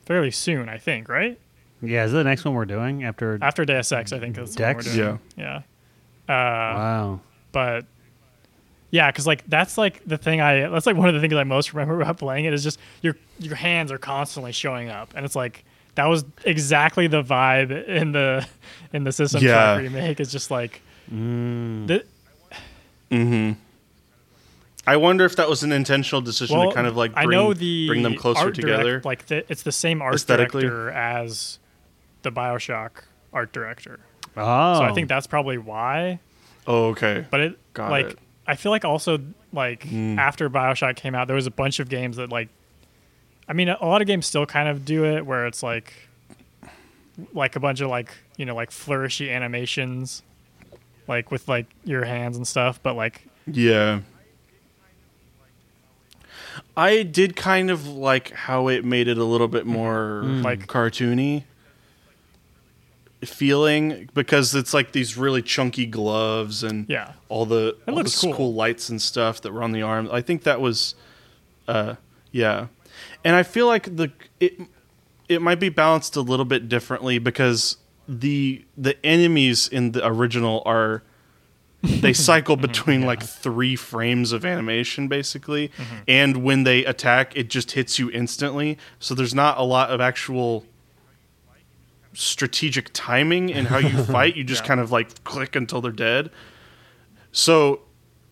fairly soon, I think. Right
yeah, is that the next one we're doing after?
after Deus Ex, I think that's what we're
Dex?
doing. Yeah, yeah. Uh,
wow.
but yeah, because like that's like the thing I that's like one of the things I most remember about playing it is just your your hands are constantly showing up, and it's like that was exactly the vibe in the in the system
Yeah.
shock remake. It's just like
Mm.
the,
I wonder if that was an intentional decision
well,
to kind of like
I
bring,
know the
bring them closer
art direct-
together.
like the, it's the same art
Aesthetically.
director as the Bioshock art director,
Oh,
so I think that's probably why.
oh, okay.
But it
Got
like
it. Hmm.
I feel like also like after BioShock came out, there was a bunch of games that like I mean, a lot of games still kind of do it where it's like like a bunch of like, you know, like flourishy animations like with like your hands and stuff, but like
Yeah. I did kind of like how it made it a little bit more
Like-
like cartoony feeling because it's like these really chunky gloves and
yeah.
all the all
looks
this
cool.
lights and stuff that were on the arm. I think that was, uh, yeah, and I feel like the it it might be balanced a little bit differently because the the enemies in the original are they cycle
Mm-hmm.
between like three frames of animation basically
Mm-hmm.
and when they attack it just hits you instantly so there's not a lot of actual strategic timing in how you fight you just
Yeah.
kind of like click until they're dead so,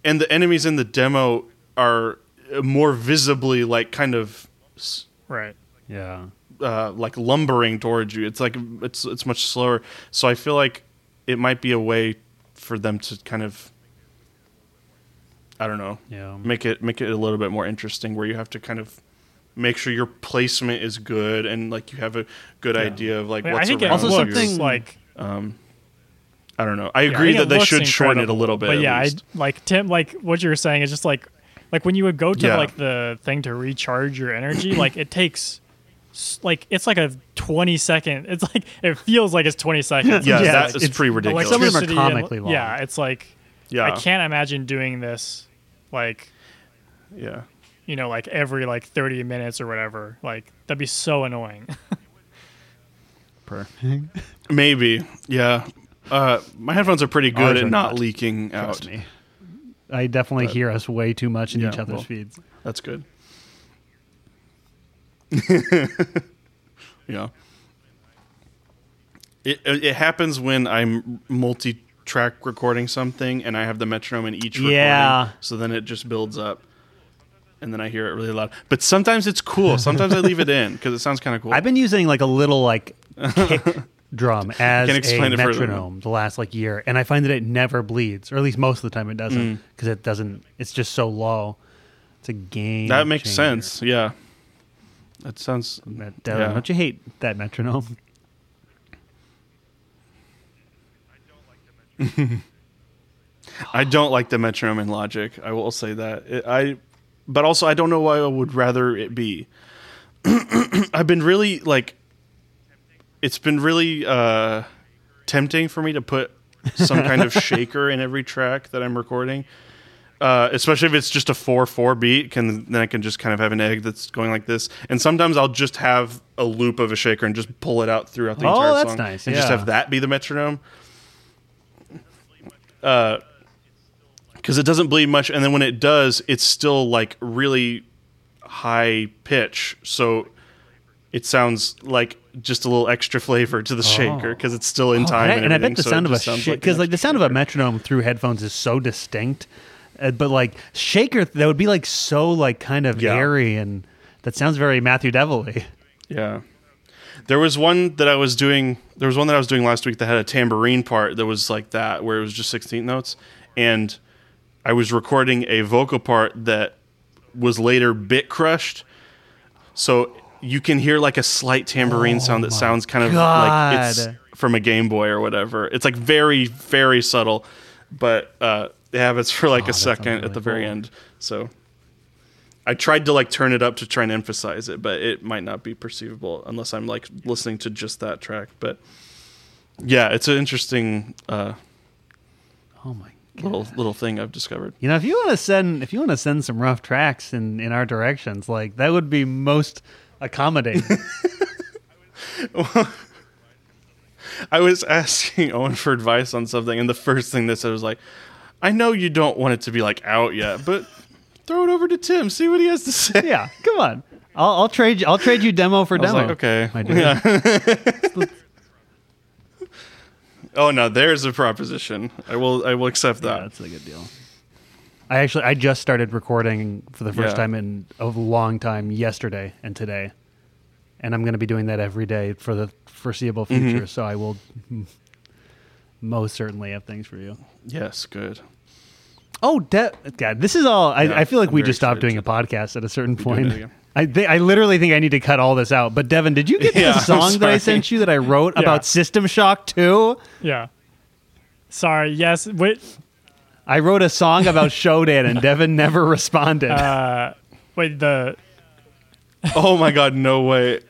and the enemies in the demo are more visibly like kind of s-
Right.
yeah.
uh, like lumbering towards you. It's like it's it's much slower. So I feel like it might be a way for them to kind of I don't know
Yeah.
make it make it a little bit more interesting where you have to kind of make sure your placement is good and like you have a good idea of like
I, mean, I
what's
think it
around
looks
Also
you.
something-
like
I don't know. I
yeah, I
agree
think
that
it
they
looks
should shorten it a
incredible,
little bit.
But
at
yeah, I,
least.
like Tim, like what you were saying is just like, like when you would go to
Yeah.
like the thing to recharge your energy, like it takes, s- like it's like a twenty second. It's like it feels like it's twenty seconds.
yeah,
It's
Yeah,
that
just,
is
it's-
pretty
like,
ridiculous.
Some of them are
electricity and-
comically long.
Yeah, it's like
yeah,
I can't imagine doing this, like
Yeah.
you know, like every like thirty minutes or whatever. Like that'd be so annoying.
Maybe. Yeah. Uh, my headphones are pretty good
Ours
at
are
not
not.
leaking
Trust
out.
me. I definitely hear us way too much in
Yeah,
each other's
well.
feeds.
That's good. yeah. It uh, it it happens when I'm multi track recording something and I have the metronome in each recording.
Yeah.
So then it just builds up. And then I hear it really loud. But sometimes it's cool. Sometimes I leave it in because it sounds kind of cool.
I've been using like a little like kick drum as
Can
a
explain it further.
metronome the last like year, and I find that it never bleeds, or at least most of the time it
Mm.
doesn't, because it doesn't. It's just so low. It's a game.
that makes
changer.
sense. Yeah. That sounds.
That- that-
Yeah.
Don't you hate that metronome?
I don't like the metronome in Logic. I will say that. It, I, but also I don't know why I would rather it be. I've been really like. It's been really uh, tempting for me to put some kind of shaker in every track that I'm recording, uh, especially if it's just a four four beat. Can then I can just kind of have an egg that's going like this, and sometimes I'll just have a loop of a shaker and just pull it out throughout the
Oh,
entire
that's
song
nice,
and just
yeah.
have that be the metronome. because it doesn't bleed much, and then when it does, it's still like really high pitch, so it sounds like just a little extra flavor to the shaker because it's still in time.
Oh. and, I-
and,
and I bet the
everything, so it
sound of a
just sounds
shit
an
because like, the
extra
sound of a
flavor.
metronome through headphones is so distinct, uh, but like shaker that would be like so like kind of
Yeah.
airy and that sounds very Matthew Devilly.
Yeah. There was one that I was doing. There was one that I was doing last week that had a tambourine part that was like that, where it was just 16 notes, and I was recording a vocal part that was later bit crushed. So you can hear like a slight tambourine sound that sounds kind of like it's
Oh God.
from a Game Boy or whatever. It's like very, very subtle, but uh, it happens for like a
Oh, that sounds
second at
really
the very
cool.
end. So I tried to like turn it up to try and emphasize it, but it might not be perceivable unless I'm like listening to just that track. But yeah, it's an interesting uh,
Oh my
little little thing I've discovered.
You know, if you want to send if you want to send some rough tracks in in our directions, like that would be most accommodating.
I was asking Owen for advice on something, and the first thing they said was like, "I know you don't want it to be like out yet, but throw it over to Tim, see what he has to say."
yeah, come on. I'll, I'll trade you. I'll trade you demo for
I was
demo.
like, "Okay."
my dude.
Oh no, there's a proposition. I will I will accept
Yeah,
that.
that's a good deal. I actually I just started recording for the first
Yeah.
time in a long time yesterday and today, and I'm going to be doing that every day for the foreseeable future. So I will most certainly have things for you.
Yes, good.
Oh, de- God! This is all. I,
Yeah,
I feel like
I'm
we
very
just stopped
excited
doing a
to-
podcast at a certain
doing
point.
that again.
I th- I literally think I need to cut all this out. But Devin, did you get
Yeah,
the
I'm
song that I
sorry.
sent you that I wrote
Yeah.
about System Shock Two?
Yeah. Sorry. Yes. Wait.
I wrote a song about Shodan, and Devin never responded.
uh, Wait. The
Oh my god, no way.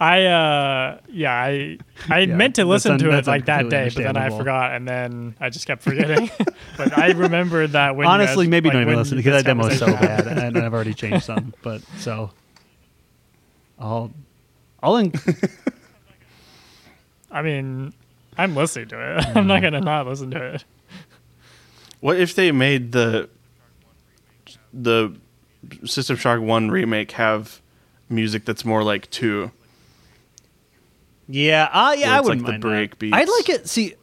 I uh yeah I I
Yeah,
meant to
that's
listen
un-
to it
that's
like that
completely
day, but then I
understandable.
forgot, and then I just kept forgetting. but I remembered that when you guys-
Honestly, maybe
like,
don't even
when
listen
you-
because
this
that demo is so
conversation
bad, and I've already changed some. But so, I'll I'll in-
happened. I mean, I'm listening to it. I'm
Mm-hmm.
not gonna not listen to it.
What if they made the the System Shock One remake have music that's more like two?
yeah, uh, yeah, I
Where it's like
wouldn't
the
mind
break
that.
beats.
I'd like it. See,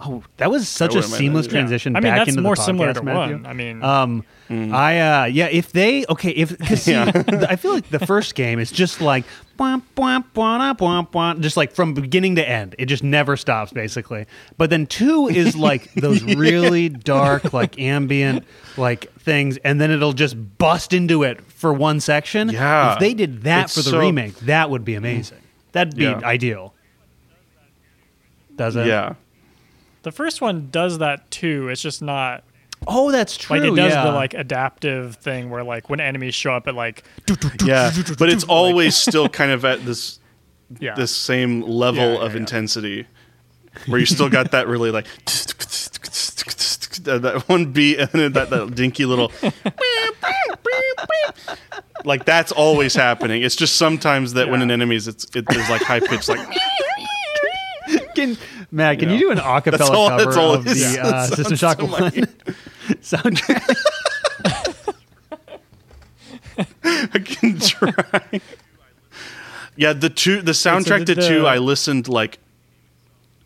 oh, that was such a
wouldn't mind that
seamless
either. Yeah.
transition
I mean,
back
that's
into
more
the podcast,
similar to
Matthew.
one. I mean,
Um,
Mm-hmm.
I uh, yeah. If they okay, if cause see, I feel like the first game is just like bwomp, bwomp, bwomp, bwomp, bwomp, just like from beginning to end, it just never stops basically. But then two is like those really dark, like ambient, like things, and then it'll just bust into it for one section.
Yeah.
if they did that
It's
for the
so-
remake, that would be amazing. That'd be
Mm. Yeah.
ideal. Does it?
Yeah.
the first one does that too. It's just not
Oh, that's true.
like it does
yeah.
the like adaptive thing where like when enemies show up, it like
Yeah. But it's always still kind of at this
yeah
this same level
Yeah, yeah,
of
yeah.
intensity where you still got that really like that that one beat and then that, that dinky little like that's always happening it's just sometimes that when
Yeah.
an enemy's it's it, there's like high pitch like
Can, Matt, can
You
you, do an
that's
acapella
all
cover
that's all
of
it is.
the uh,
That
System
sounds
Shock
so
1
lame.
soundtrack?
I can try. yeah, the two, the soundtrack
the-
to two,
the-
I listened like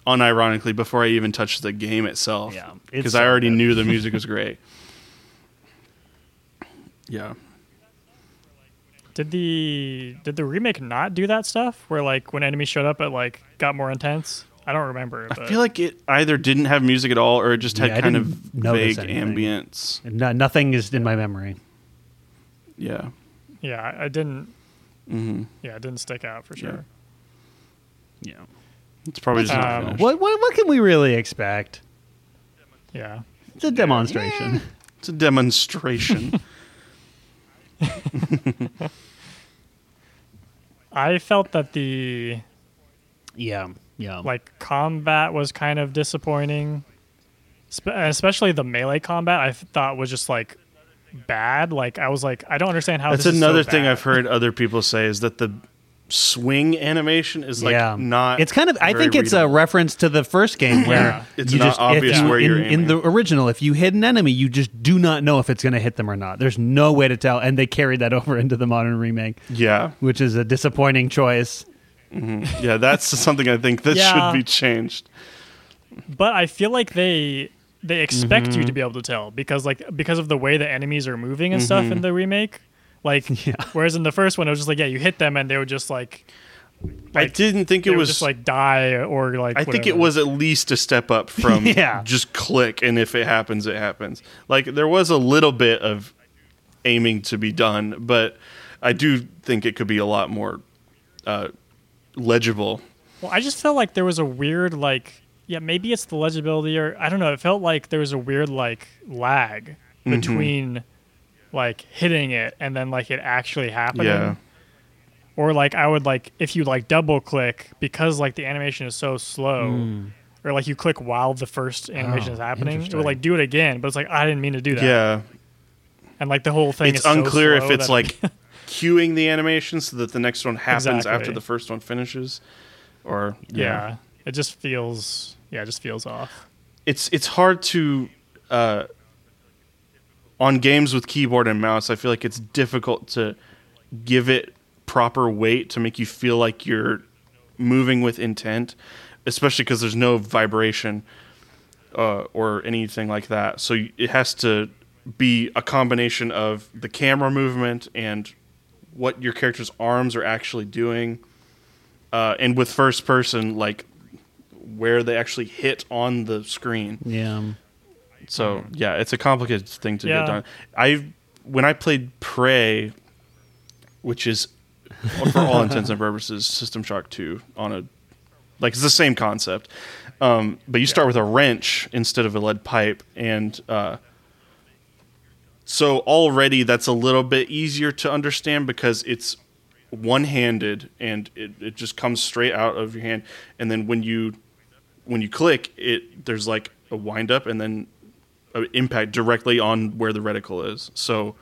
unironically before I even touched the game itself.
Yeah, it's
because I
so
already
good.
knew the music was great. Yeah,
Did the did the remake not do that stuff where like when enemies showed up it like got more intense? I don't remember. But
I feel like it either didn't have music at all, or it just had
Yeah, I
kind of
didn't notice
vague
anything.
ambience.
No, nothing is in my memory.
Yeah,
yeah, I- I didn't. Yeah, it didn't stick out for
Yeah.
sure.
Yeah.
it's probably just not
Um,
finished.
What, what, what can we really expect?
Yeah,
It's a demonstration.
It's a demonstration.
I felt that the
Yeah. Yeah.
like combat was kind of disappointing, Spe- especially the melee combat. I thought was just like bad. Like I was like, I don't understand how.
That's
this is so
another thing
bad.
I've heard other people say is that the swing animation is like
yeah.
not.
It's kind of. I
very
think it's a
readable.
reference to the first game where
Yeah.
It's
you
not
just if
obvious
you-
where
in,
you're
in the original. If you hit an enemy, you just do not know if it's going to hit them or not. There's no way to tell, and they carried that over into the modern remake,
yeah.
which is a disappointing choice.
Yeah, that's something I think that
Yeah.
should be changed.
but I feel like they they expect you to be able to tell because like because of the way the enemies are moving and stuff in the remake. Like,
Yeah.
whereas in the first one, it was just like, yeah, you hit them and they would just like,
I
like,
didn't think
they
it
would
was
just like die or like.
I think it
whatever.
was at least a step up from
Yeah.
just click and if it happens it happens. Like there was a little bit of aiming to be done, but I do think it could be a lot more uh, legible.
Well, I just felt like there was a weird like, yeah, maybe it's the legibility or I don't know. It felt like there was a weird like lag
Mm-hmm.
between like hitting it and then like it actually happening.
Yeah.
Or like I would like if you like double click because like the animation is so slow. Or like you click while the first animation
Hmm. Oh,
is happening, it
interesting.
would like do it again, but it's like I didn't mean to do that.
Yeah.
and like the whole thing
it's
is so
unclear
slow
if it's
that-
like queuing the animation so that the next one happens after
Exactly.
the first one finishes or
yeah, it just feels yeah, it just feels off.
it's it's hard to uh, on games with keyboard and mouse. I feel like it's difficult to give it proper weight to make you feel like you're moving with intent, especially because there's no vibration uh, or anything like that. So y- it has to be a combination of the camera movement and what your character's arms are actually doing. Uh, and with first person, like where they actually hit on the screen.
Yeah.
So yeah, it's a complicated thing to
Yeah.
get done. I when I played Prey, which is for all intents and purposes System Shock Two on a like it's the same concept, um, but you start with a wrench instead of a lead pipe, and uh, so already that's a little bit easier to understand because it's one-handed and it, it just comes straight out of your hand, and then when you when you click it, there's like a wind up and then a uh, impact directly on where the reticle is. So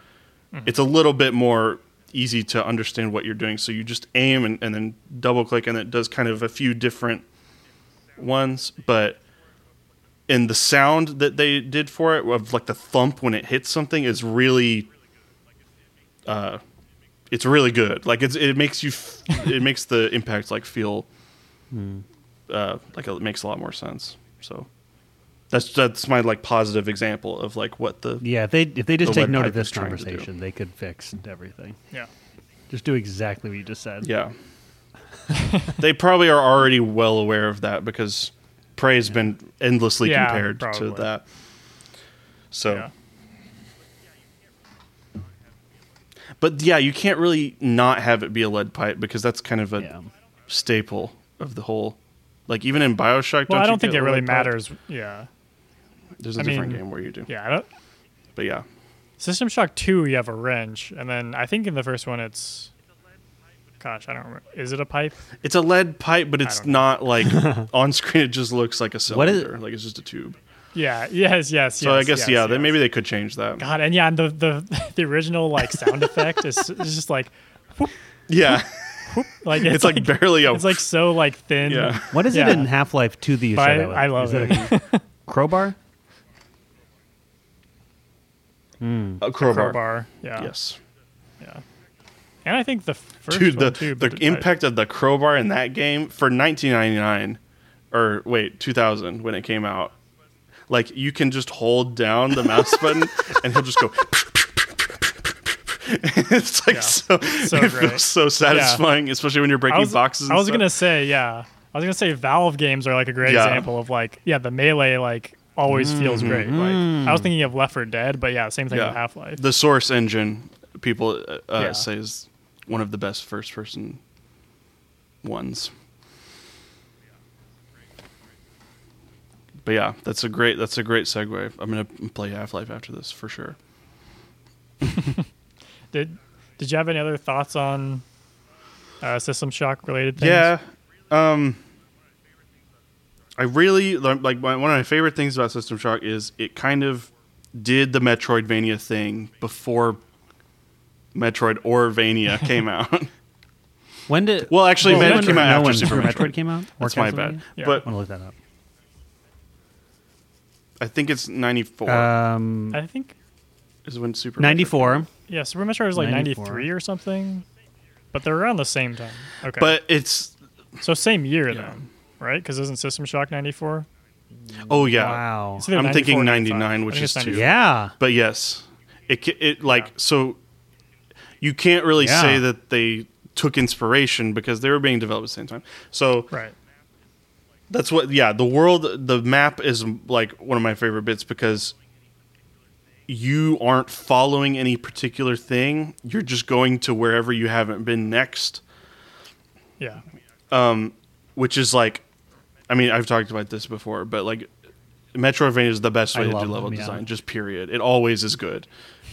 Mm-hmm. it's a little bit more easy to understand what you're doing. So you just aim and, and then double click, and it does kind of a few different ones. But and the sound that they did for it of like the thump when it hits something is really, uh, it's really good. Like it's it makes you f- it makes the impact like feel, uh, like it makes a lot more sense. So. That's that's my like positive example of like what the
Yeah. If they if they just
The
take
lead
note
pipe
of this
is trying to do.
conversation, they could fix everything.
Yeah.
Just do exactly what you just said.
Yeah. they probably are already well aware of that because Prey's been endlessly
Yeah,
compared
probably.
to that. So,
Yeah.
but yeah, you can't really not have it be a lead pipe because that's kind of a
Yeah.
staple of the whole. Like even in Bioshock,
Well, I
you
don't think
get
it
a
really
lead pipe?
matters. Yeah.
There's a
I
different
mean,
game where you do.
Yeah. I don't,
But yeah,
System Shock 2, you have a wrench. And then I think in the first one, it's. Gosh, I don't remember. Is it a pipe?
it's a lead pipe, but it's
don't know.
not like on screen. It just looks like a
What is-
cylinder, like it's just a tube.
Yeah. Yes, yes,
So I
yes.
guess
yes,
yeah,
yes.
They, maybe they could change that.
God, and yeah, and the, the, the original like sound effect is, is just like.
Yeah,
like It's,
it's like barely a.
It's like so like thin.
yeah.
What is
Yeah.
it in Half Life Two that you
But
said?
I,
that was?
I love
Is
it.
a crowbar?
A crowbar.
Crowbar. Yeah.
Yes.
And I think the first
Dude,
one,
the,
too,
the
but I-
impact of the crowbar in that game for 1999, or wait, 2000 when it came out, like you can just hold down the mouse button and he'll just go. it's like
Yeah.
so,
So
it
great.
feels so satisfying, especially when you're breaking
I was,
boxes.
I
and
was gonna
stuff.
say, yeah. I was gonna say Valve games are like a great
Yeah.
example of like, yeah, the melee like always feels great. Like I was thinking of Left 4 Dead, but yeah, same thing
Mm-hmm. Yeah.
with Half Life.
the Source Engine. People uh, uh,
Yeah.
say is one of the best first-person ones. But yeah, that's a great that's a great segue. I'm gonna play Half Life after this for sure.
Did Did you have any other thoughts on uh, System Shock related things?
Yeah. Um I really like like, my, one of my favorite things about System Shock is it kind of did the Metroidvania thing before Metroid or Vania came out.
When did?
Well, actually,
Well,
Metroid
when
came
did-
out
no,
after
when
Super Metroid.
came out.
That's
Or
my bad.
Castlevania?
Yeah.
But
I want to look that up.
I think it's 94
Um,
I think
is when Super Metroid-
94.
yeah, Super Metroid was like
94.
93 or something, but they're around the same time. Okay,
But it's
so same year
Yeah.
then, right? Because isn't System Shock 94?
oh yeah.
Wow.
It's either
I'm
94
thinking
or
99,
95. I
which
think
is
it's
two.
Yeah.
But yes, it ca- it like so you can't really
Yeah.
say that they took inspiration because they were being developed at the same time. So
Right.
that's what yeah, the world the map is like one of my favorite bits because you aren't following any particular thing. You're just going to wherever you haven't been next.
Yeah.
which is like, I mean, I've talked about this before, but like, Metroidvania is the best
I
way to do
love
level
them, yeah.
design, just period. It always is good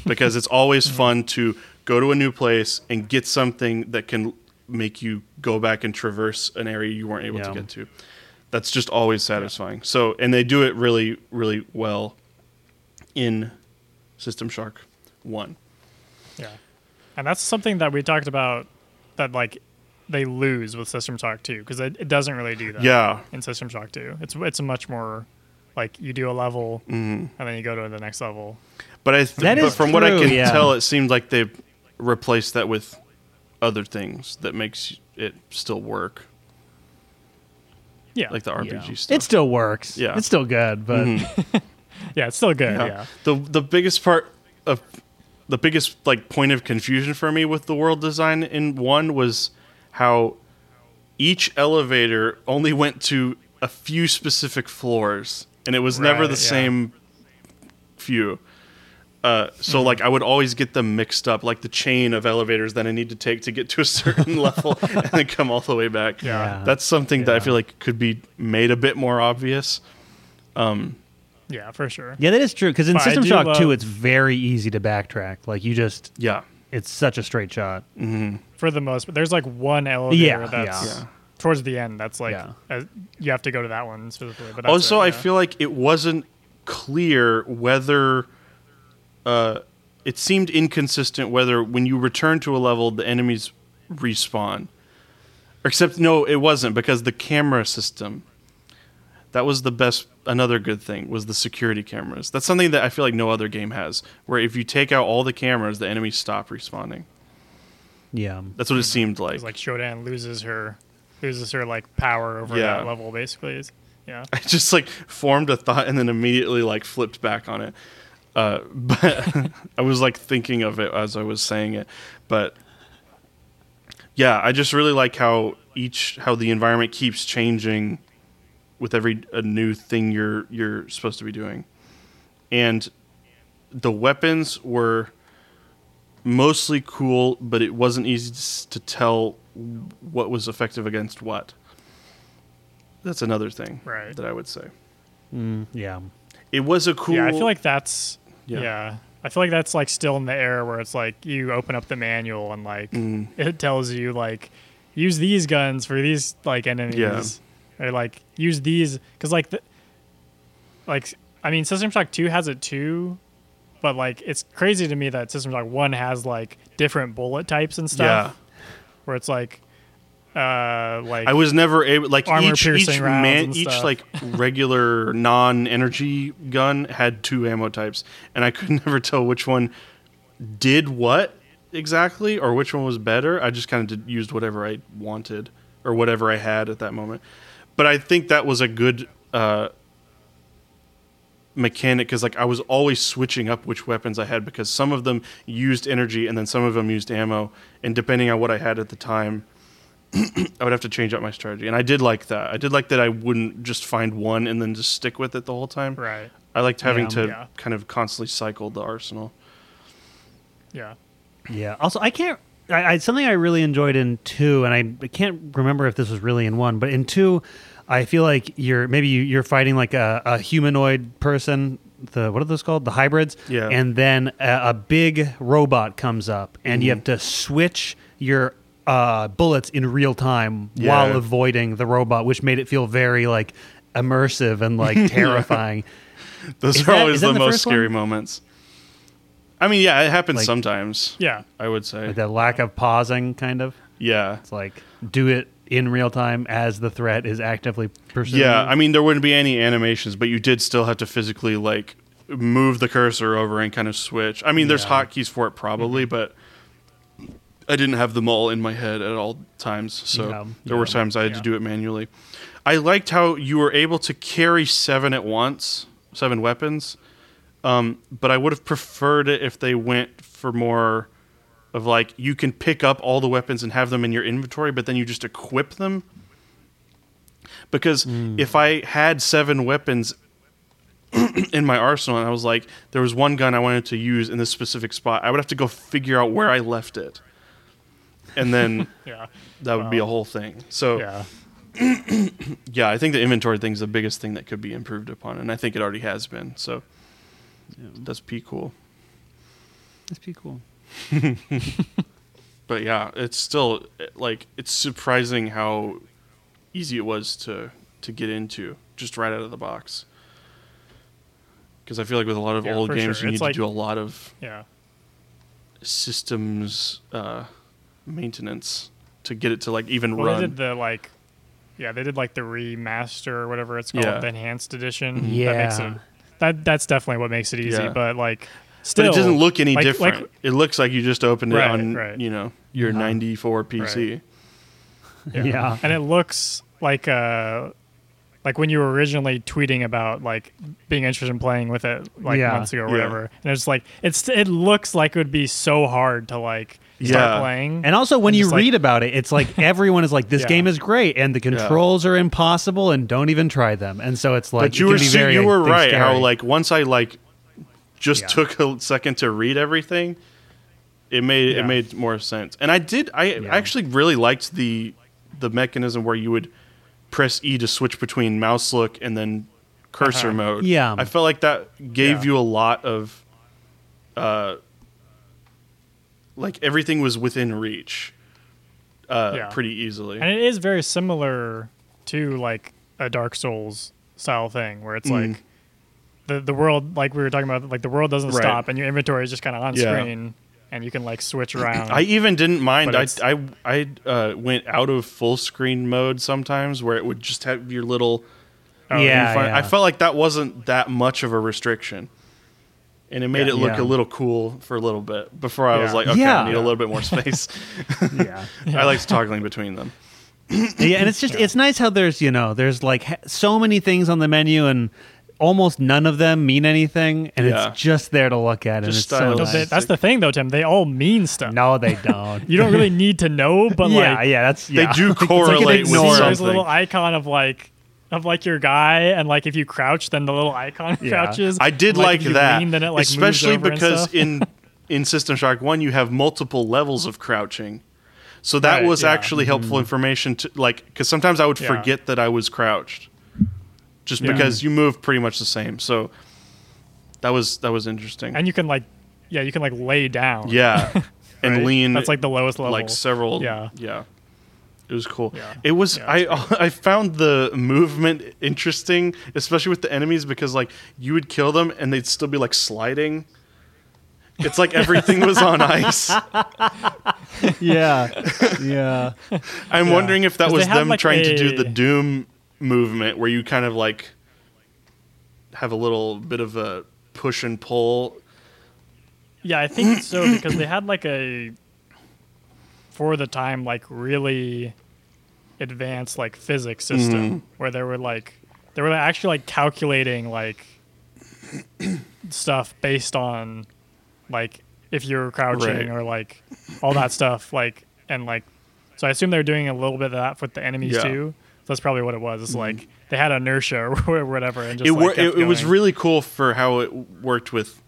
because it's always fun to go to a new place and get something that can make you go back and traverse an area you weren't able to
Yeah.
get to. That's just always satisfying. So, and they do it really, really well in System Shark 1.
Yeah. And that's something that we talked about that like they lose with System Shock 2 because it, it doesn't really do that.
Yeah.
In System Shock 2. It's it's much more like you do a level
Mm-hmm.
and then you go to the next level.
But I th-
That
but
is
from what I
true,
can
yeah.
tell, it seems like they replaced that with other things that makes it still work,
Yeah.
like the RPG
Yeah.
stuff.
It still works.
Yeah.
It's still good, but
Mm-hmm. yeah, it's still good. Yeah.
The the biggest part of the biggest like point of confusion for me with the world design in one was how each elevator only went to a few specific floors, and it was never
Right,
the
yeah.
same few. Uh, so
Mm-hmm.
like I would always get them mixed up, like the chain of elevators that I need to take to get to a certain level and then come all the way back.
Yeah.
that's something that I
Yeah.
feel like could be made a bit more obvious.
Yeah, for sure.
yeah, that is true. Because in
But I
System
do
Shock
love-
2, it's very easy to backtrack. Like you just,
Yeah,
it's such a straight shot.
For the most but there's like one elevator
Yeah,
that's
yeah. Yeah.
towards the end that's like
Yeah.
uh, you have to go to that one specifically. But that's
also
it,
i
yeah.
feel like it wasn't clear whether uh, it seemed inconsistent whether when you return to a level the enemies respawn except no it wasn't because the camera system that was the best another good thing was the security cameras that's something that i feel like no other game has where if you take out all the cameras the enemies stop respawning
Yeah.
that's what it seemed like,
Mm-hmm. It's like Shodan loses her loses her like power over
Yeah.
that level basically. It's- Yeah.
i just like formed a thought and then immediately like flipped back on it uh, but I was like thinking of it as I was saying it, but yeah, I just really like how each how the environment keeps changing with every a new thing you're you're supposed to be doing, and the weapons were mostly cool, but it wasn't easy to, s- to tell what was effective against what. That's another thing
Right.
that I would say.
Yeah.
It was a cool.
Yeah, I feel like that's
Yeah.
yeah. I feel like that's like still in the air where it's like you open up the manual and like
Mm.
it tells you like use these guns for these like enemies or like use these because like the like I mean System Shock Two has it too, but like it's crazy to me that System Shock One has like different bullet types and
yeah.
stuff where it's like uh like
I was never able like
Armor
each each
piercing rounds
man
and
each
stuff.
like regular non energy gun had two ammo types, and I could never tell which one did what exactly or which one was better. I just kind of used whatever I wanted or whatever I had at that moment. But I think that was a good uh, mechanic because like I was always switching up which weapons I had because some of them used energy and then some of them used ammo, and depending on what I had at the time. I would have to change up my strategy. And I did like that. I did like that I wouldn't just find one and then just stick with it the whole time.
right
I liked having
Yeah.
to
Yeah.
kind of constantly cycle the arsenal.
yeah
Yeah. Also, I can't. I, I something I really enjoyed in two, and I, I can't remember if this was really in one, but in two, I feel like you're maybe you, you're fighting like a, a humanoid person. The what are those called? The hybrids.
Yeah.
And then a, a big robot comes up, and
Mm-hmm.
you have to switch your uh, bullets in real time
Yeah.
while avoiding the robot, which made it feel very like immersive and like terrifying.
Those
Is
are
that-
always
is that
the,
the
most
first
scary
one?
moments. I mean, yeah, it happens
Like-
sometimes.
yeah
I would say.
like the lack of pausing, kind of.
yeah.
It's like do it in real time as the threat is actively pursuing.
Yeah,
you.
I mean, there wouldn't be any animations, but you did still have to physically like move the cursor over and kind of switch. I mean, there's
Yeah.
hotkeys for it probably, but I didn't have them all in my head at all times. So
Yeah.
there were
Yeah.
times I had to
Yeah.
do it manually. I liked how you were able to carry seven at once, seven weapons, um, but I would have preferred it if they went for more of like you can pick up all the weapons and have them in your inventory, but then you just equip them. Because if I had seven weapons in my arsenal and I was like, there was one gun I wanted to use in this specific spot, I would have to go figure out where I left it. And then
Yeah.
that would be a whole thing. So
Yeah.
yeah, I think the inventory thing's the biggest thing that could be improved upon, and I think it already has been. So that's P cool.
That's pretty cool.
But yeah, it's still eh, like it's surprising how easy it was to to get into just right out of the box. Because I feel like with a lot of
Yeah,
old
for
games,
sure.
you need
It's
to
like-
do a lot of
Yeah.
systems uh, maintenance to get it to like even
Well, they
run.
did the like, yeah, they did like the remaster or whatever it's called,
Yeah.
the enhanced edition. that makes
Mm-hmm. Yeah.
it. That that's definitely what makes it easy.
Yeah.
But like, still,
but it doesn't look any
like- like-
different. it looks like you just opened it
Right,
on
right.
you know your
Yeah.
94 PC.
Yeah.
and it looks like uh like when you were originally tweeting about like being interested in playing with it like
Yeah.
months ago or
Yeah.
whatever and it's like it's it looks like it would be so hard to like start
Yeah.
playing
And also, when
I'm
you
just like-
read about it, it's like everyone is like, "This
Yeah.
game is great," and the controls are impossible, and don't even try them. And so it's like
but you
it
were
can be
su-
very,
you
I
were
think,
right how
scary.
like once I like just
Yeah.
took a second to read everything, it made it
Yeah.
made more sense. And I did I
Yeah.
actually really liked the the mechanism where you would press E to switch between mouse look and then cursor
Uh-huh.
mode.
Yeah.
I felt like that gave
Yeah.
you a lot of uh like everything was within reach uh
Yeah.
pretty easily.
And it is very similar to like a Dark Souls style thing where it's
Mm.
like the the world like we were talking about like the world doesn't
Right.
stop and your inventory is just kind of on
Yeah.
screen and you can like switch around.
I even didn't mind.
But
I
it's-
I I uh, went out of full screen mode sometimes, where it would just have your little.
Oh,
yeah,
you find-
yeah.
I felt like that wasn't that much of a restriction, and it made
Yeah.
it look
Yeah.
a little cool for a little bit. Before I was
Yeah.
like, okay,
Yeah.
I need a little bit more space.
yeah.
I liked toggling between them.
yeah, and it's just it's nice how there's you know there's like ha- so many things on the menu and almost none of them mean anything, and
Yeah.
it's just there to look at, and
Just
it's so
style.
So
nice.
they- that's the thing though, Tim. They all mean stuff.
no, they don't.
You don't really need to know, but
yeah,
like
yeah, that's
They
yeah.
do
Like, it's like an
correlate with
ignore.
there's a
something.
little icon of like of like your guy and like if you crouch then the little icon
Yeah.
crouches.
I did
and,
like,
if you
that,
lean, then it, like, moves
especially
over and
because
stuff.
in in System Shock One you have multiple levels of crouching, so that
Right,
was
yeah. Mm-hmm.
actually helpful information to like because sometimes I would
Yeah.
forget that I was crouched, just
Yeah.
because you move pretty much the same. So that was that was interesting.
and you can like yeah, you can like lay down.
yeah, and
right?
lean
That's like the lowest level.
like several.
Yeah.
yeah. It was cool.
Yeah.
It was
Yeah,
I I found the movement interesting, especially with the enemies because like you would kill them and they'd still be like sliding. It's like everything was on ice.
yeah, yeah.
I'm wondering if that
'Cause
was
they have,
them
like,
trying to do
a-
the doom movement where you kind of like have a little bit of a push and pull.
Yeah, I think so because they had like a for the time like really advanced like physics
Mm-hmm.
system where they were like they were actually like calculating like stuff based on like if you're crouching
Right.
or like all that stuff like and like so I assume they were doing a little bit of that with the enemies
Yeah. Mm-hmm.
too. So that's probably what it was. It's like they had inertia or whatever and just
It,
like,
wor-
kept
it, it was
going.
really cool for how it worked with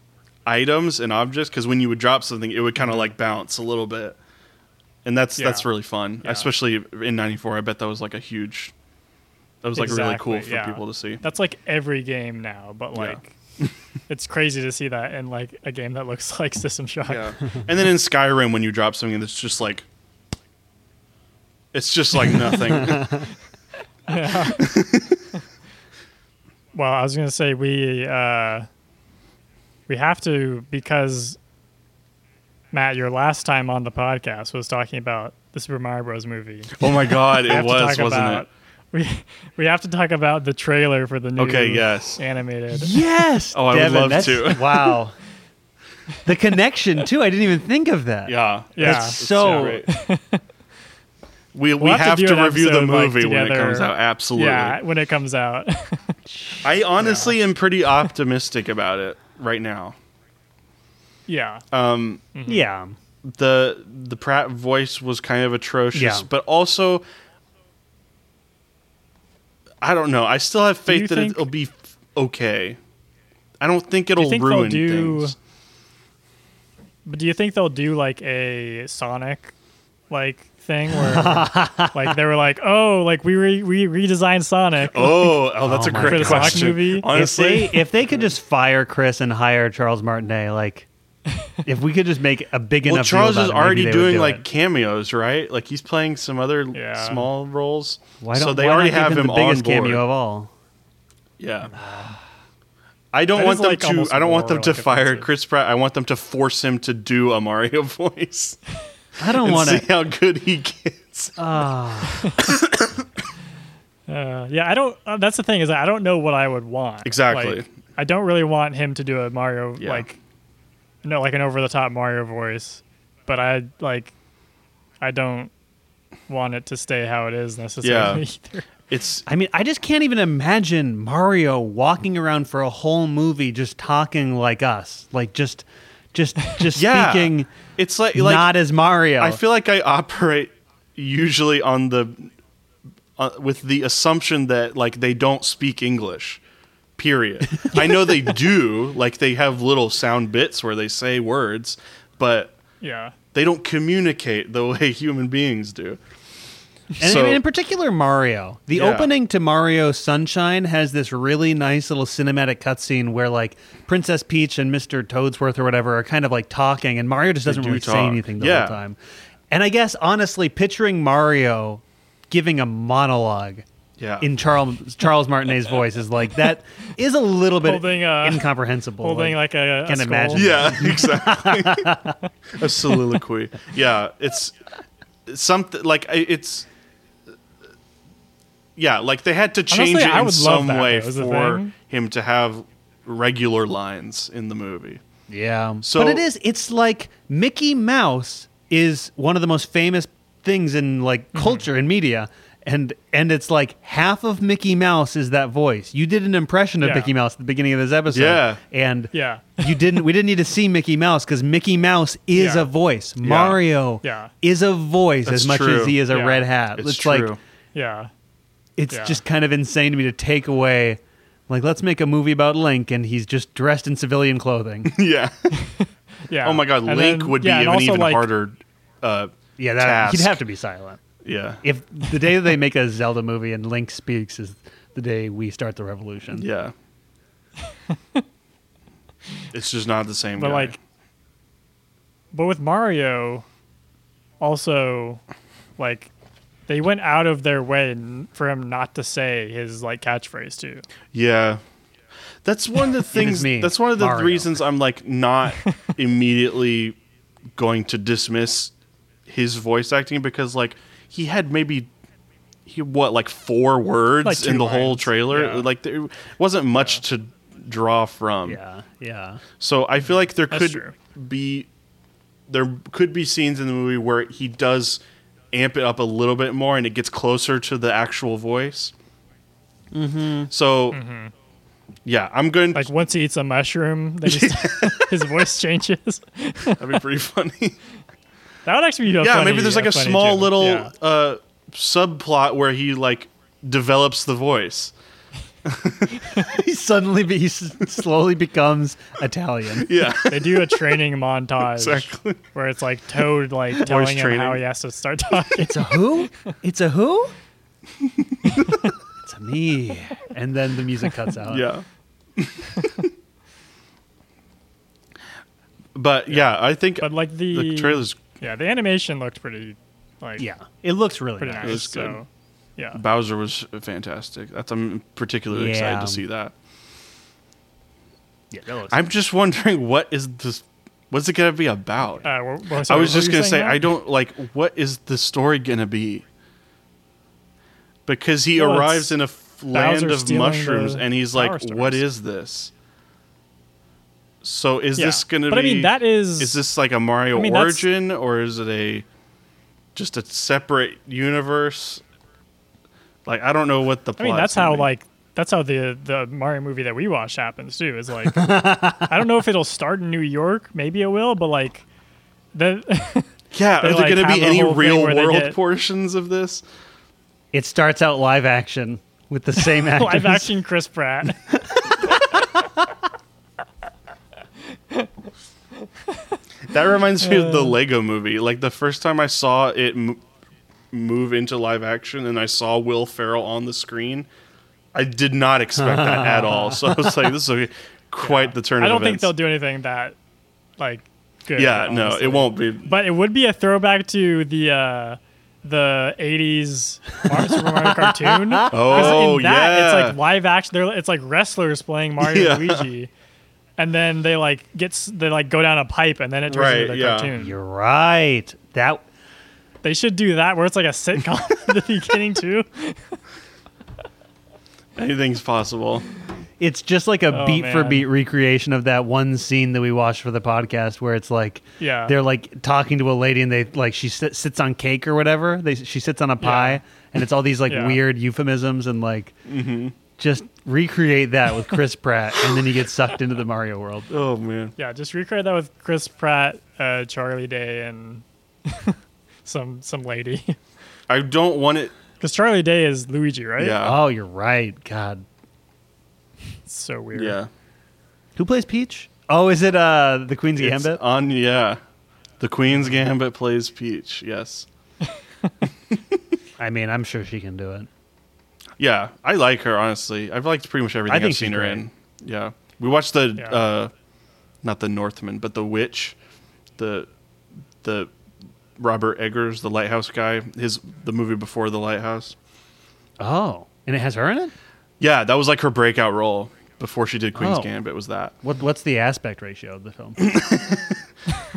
items and objects because when you would drop something, it would kind of like bounce a little bit, and that's
Mm-hmm. Yeah.
that's really fun,
Yeah.
especially in '94. I bet that was like a huge, that was like really cool
Exactly,
for
yeah.
people to see.
That's like every game now, but like it's crazy to see that in like a game that looks like System Shock.
Yeah, and then in Skyrim, when you drop something, it's just like. It's just like nothing.
Well, I was gonna say we uh we have to because Matt, your last time on the podcast was talking about the Super Mario Bros. movie.
oh my god, it was, wasn't
about
it?
we we have to talk about the trailer for the new
Okay, yes.
animated.
Yes.
Oh, I would
Devin,
love
that's-
to.
wow. The connection too. I didn't even think of that.
Yeah.
Yeah.
That's so.
great. we we
We'll have to
have,
do
to,
an
review the
episode, like,
movie when it
together.
comes out. Absolutely.
Yeah, when it comes out.
I honestly am pretty optimistic about it right now.
yeah.
yeah.
Um, the the Pratt voice was kind of atrocious,
Yeah.
but also I don't know. I still have
you
faith that
think-
it'll be f- okay. I don't think it'll
think they'll
ruin
do-
things.
But do you think they'll do like a Sonic like thing where like they were like, oh, like we re- we redesigned Sonic?
Oh, oh, that's
Oh
a
my
great
God. Sonic
question.
movie? If
Honestly,
if they if they could just fire Chris and hire Charles Martinet, like if we could just make a big
well,
enough. deal
Charles
about
is
it, maybe
already
they would
doing
do
like
it.
cameos, right? Like he's playing some other l-
Yeah.
small roles.
Why
so
don't-
they
why
already
not give
have him
the biggest
on board.
cameo of all.
Yeah. I don't
That
want
is,
them
like,
to.
almost
I don't want them
more,
to
like,
fire
offensive.
Chris Pratt. I want them to force him to do a Mario voice
I don't
and
want
see
to.
how good he gets.
Uh, yeah, I don't. Uh, that's the thing is I don't know what I would want.
Exactly.
Like, I don't really want him to do a Mario
Yeah.
like, no, like an over the top Mario voice, but I like, I don't want it to stay how it is necessarily either.
It's
I mean, I just can't even imagine Mario walking around for a whole movie just talking like us, like just, just, just
yeah.
speaking
it's like like
not as Mario.
I feel like I operate usually on the uh, with the assumption that like they don't speak English. Period. I know they do. Like they have little sound bits where they say words, but
Yeah.
they don't communicate the way human beings do.
And
So-
in- in particular, Mario. The
Yeah.
opening to Mario Sunshine has this really nice little cinematic cutscene where, like, Princess Peach and Mr. Toadsworth or whatever are kind of like talking, and Mario just doesn't
do
really say
talk.
anything the
Yeah.
whole time. And I guess, honestly, picturing Mario giving a monologue
Yeah.
in Charles Charles Martinet's voice is like that is a little bit
Holding, uh,
incomprehensible.
Holding like a, a
Can't
skull.
imagine.
Yeah, exactly. a soliloquy. Yeah, it's something like I- it's. Yeah, like they had to change
Honestly,
it
I
in
would love
some
that,
way
though, is the
for
thing.
him to have regular lines in the movie.
Yeah.
So-
but it is. It's like Mickey Mouse is one of the most famous things in like culture and media, and and it's like half of Mickey Mouse is that voice. You did an impression of
Yeah.
Mickey Mouse at the beginning of this episode.
Yeah.
And
Yeah.
you didn't. We didn't need to see Mickey Mouse because Mickey Mouse is
Yeah.
a voice. Mario
Yeah.
is a voice
That's
as much
true.
as he is a
Yeah.
red hat.
It's,
It's,
true.
like
Yeah.
it's
Yeah.
just kind of insane to me to take away. Like, let's make a movie about Link, and he's just dressed in civilian clothing.
yeah.
Yeah.
Oh my God,
And
Link
then-
would be
yeah, and
an
also,
even
like,
harder. Uh,
Yeah, that, he'd
task.
have to be silent.
Yeah.
If the day that they make a Zelda movie and Link speaks is the day we start the revolution.
Yeah. it's just not the same.
But
guy.
like, but with Mario, also, like, they went out of their way n- for him not to say his like catchphrase too.
Yeah. That's one of the things
me,
that's one of the
Mario.
reasons I'm like not immediately going to dismiss his voice acting because like he had maybe he what like four words
Like two
in the whole
lines.
trailer
Yeah.
like there wasn't much to draw from.
yeah, yeah.
So I feel like there
That's
could
true.
be there could be scenes in the movie where he does amp it up a little bit more and it gets closer to the actual voice. Mm-hmm. So yeah, I'm going.
Like once he eats a mushroom, they just, his voice changes.
that'd be pretty funny.
That would actually be a
yeah,
funny-
maybe there's like a,
funny
small
joke.
little
Yeah.
uh, subplot where he like develops the voice.
He suddenly be, he s- slowly becomes Italian.
Yeah,
They do a training montage
Exactly.
where it's like Toad like telling him how
training.
he has to start talking.
It's a who? It's a who? it's a me. And then the music cuts out.
yeah. but yeah, I think
But like the,
the trailer's
yeah, the animation looked pretty like
Yeah. It looks really
pretty
nice.
nice.
was good.
So yeah,
Bowser was fantastic. That's I'm particularly excited
Yeah.
to see that.
Yeah, that looks
I'm just wondering what is this what's it gonna be about?
Uh, what- what-
I
sorry,
was
what
just
were you
gonna say
saying now?
I don't like what is the story gonna be? Because he
Well, it's
arrives in a f- land of
stealing
mushrooms
the
and he's
power
like, What
stones."
is this? So is
Yeah.
this gonna
But
be
I mean, that is.
is this like a Mario
I mean, that's-
origin or is it a just a separate universe? Like I don't know what the
I mean,
plot's
that's how
gonna be.
like that's how the the Mario movie that we watched happens too. Is like I don't know if it'll start in New York. Maybe it will, but like That,
Yeah,
They,
are there
like,
going to
have
be
a
any
whole thing
real
where they
world
get-
portions of this?
It starts out live action with the same actors.
live action Chris Pratt.
That reminds me of the Lego movie. Like the first time I saw it m- move into live action and I saw Will Ferrell on the screen, I did not expect that at all. So I was like, this is a, quite the turn
I
of
don't think
events.
they'll do anything that like good.
Yeah, no,
honestly.
it won't be.
But it would be a throwback to the uh, the '80s Mar- Super Mario cartoon. 'Cause
Oh,
in that,
yeah.
it's like live action. They're it's like wrestlers playing Mario
Yeah.
and Luigi, and then they like gets they like go down a pipe, and then it turns
Right,
into the
yeah.
cartoon.
You're right. That
They should do that where it's like a sitcom at the beginning too.
Anything's possible.
it's just like a
Oh,
beat for
man.
beat recreation of that one scene that we watched for the podcast where it's like
Yeah.
they're like talking to a lady and they like she sit, sits on cake or whatever they she sits on a pie and it's all these like
Yeah.
weird euphemisms and like
Mm-hmm.
just recreate that with Chris Pratt and then you get sucked into the Mario world
Oh, man.
Yeah, just recreate that with Chris Pratt, uh, Charlie Day, and some some lady.
I don't want it.
Because Charlie Day is Luigi, right?
Yeah.
oh you're right God
It's so weird.
yeah.
who plays Peach oh is it uh the Queen's
It's
Gambit
On, yeah. The Queen's Gambit plays Peach. Yes.
I mean I'm sure she can do it
Yeah, I like her honestly. I've liked pretty much everything
I
I
think
have seen
she's
her
great.
in. Yeah, we watched the
Yeah.
uh, not the Northman, but the Witch, the the Robert Eggers, the Lighthouse guy, his the movie before the Lighthouse.
oh and it has her in it
Yeah, that was like her breakout role before she did Queen's
Oh.
Gambit. Was that?
what what's the aspect ratio of the film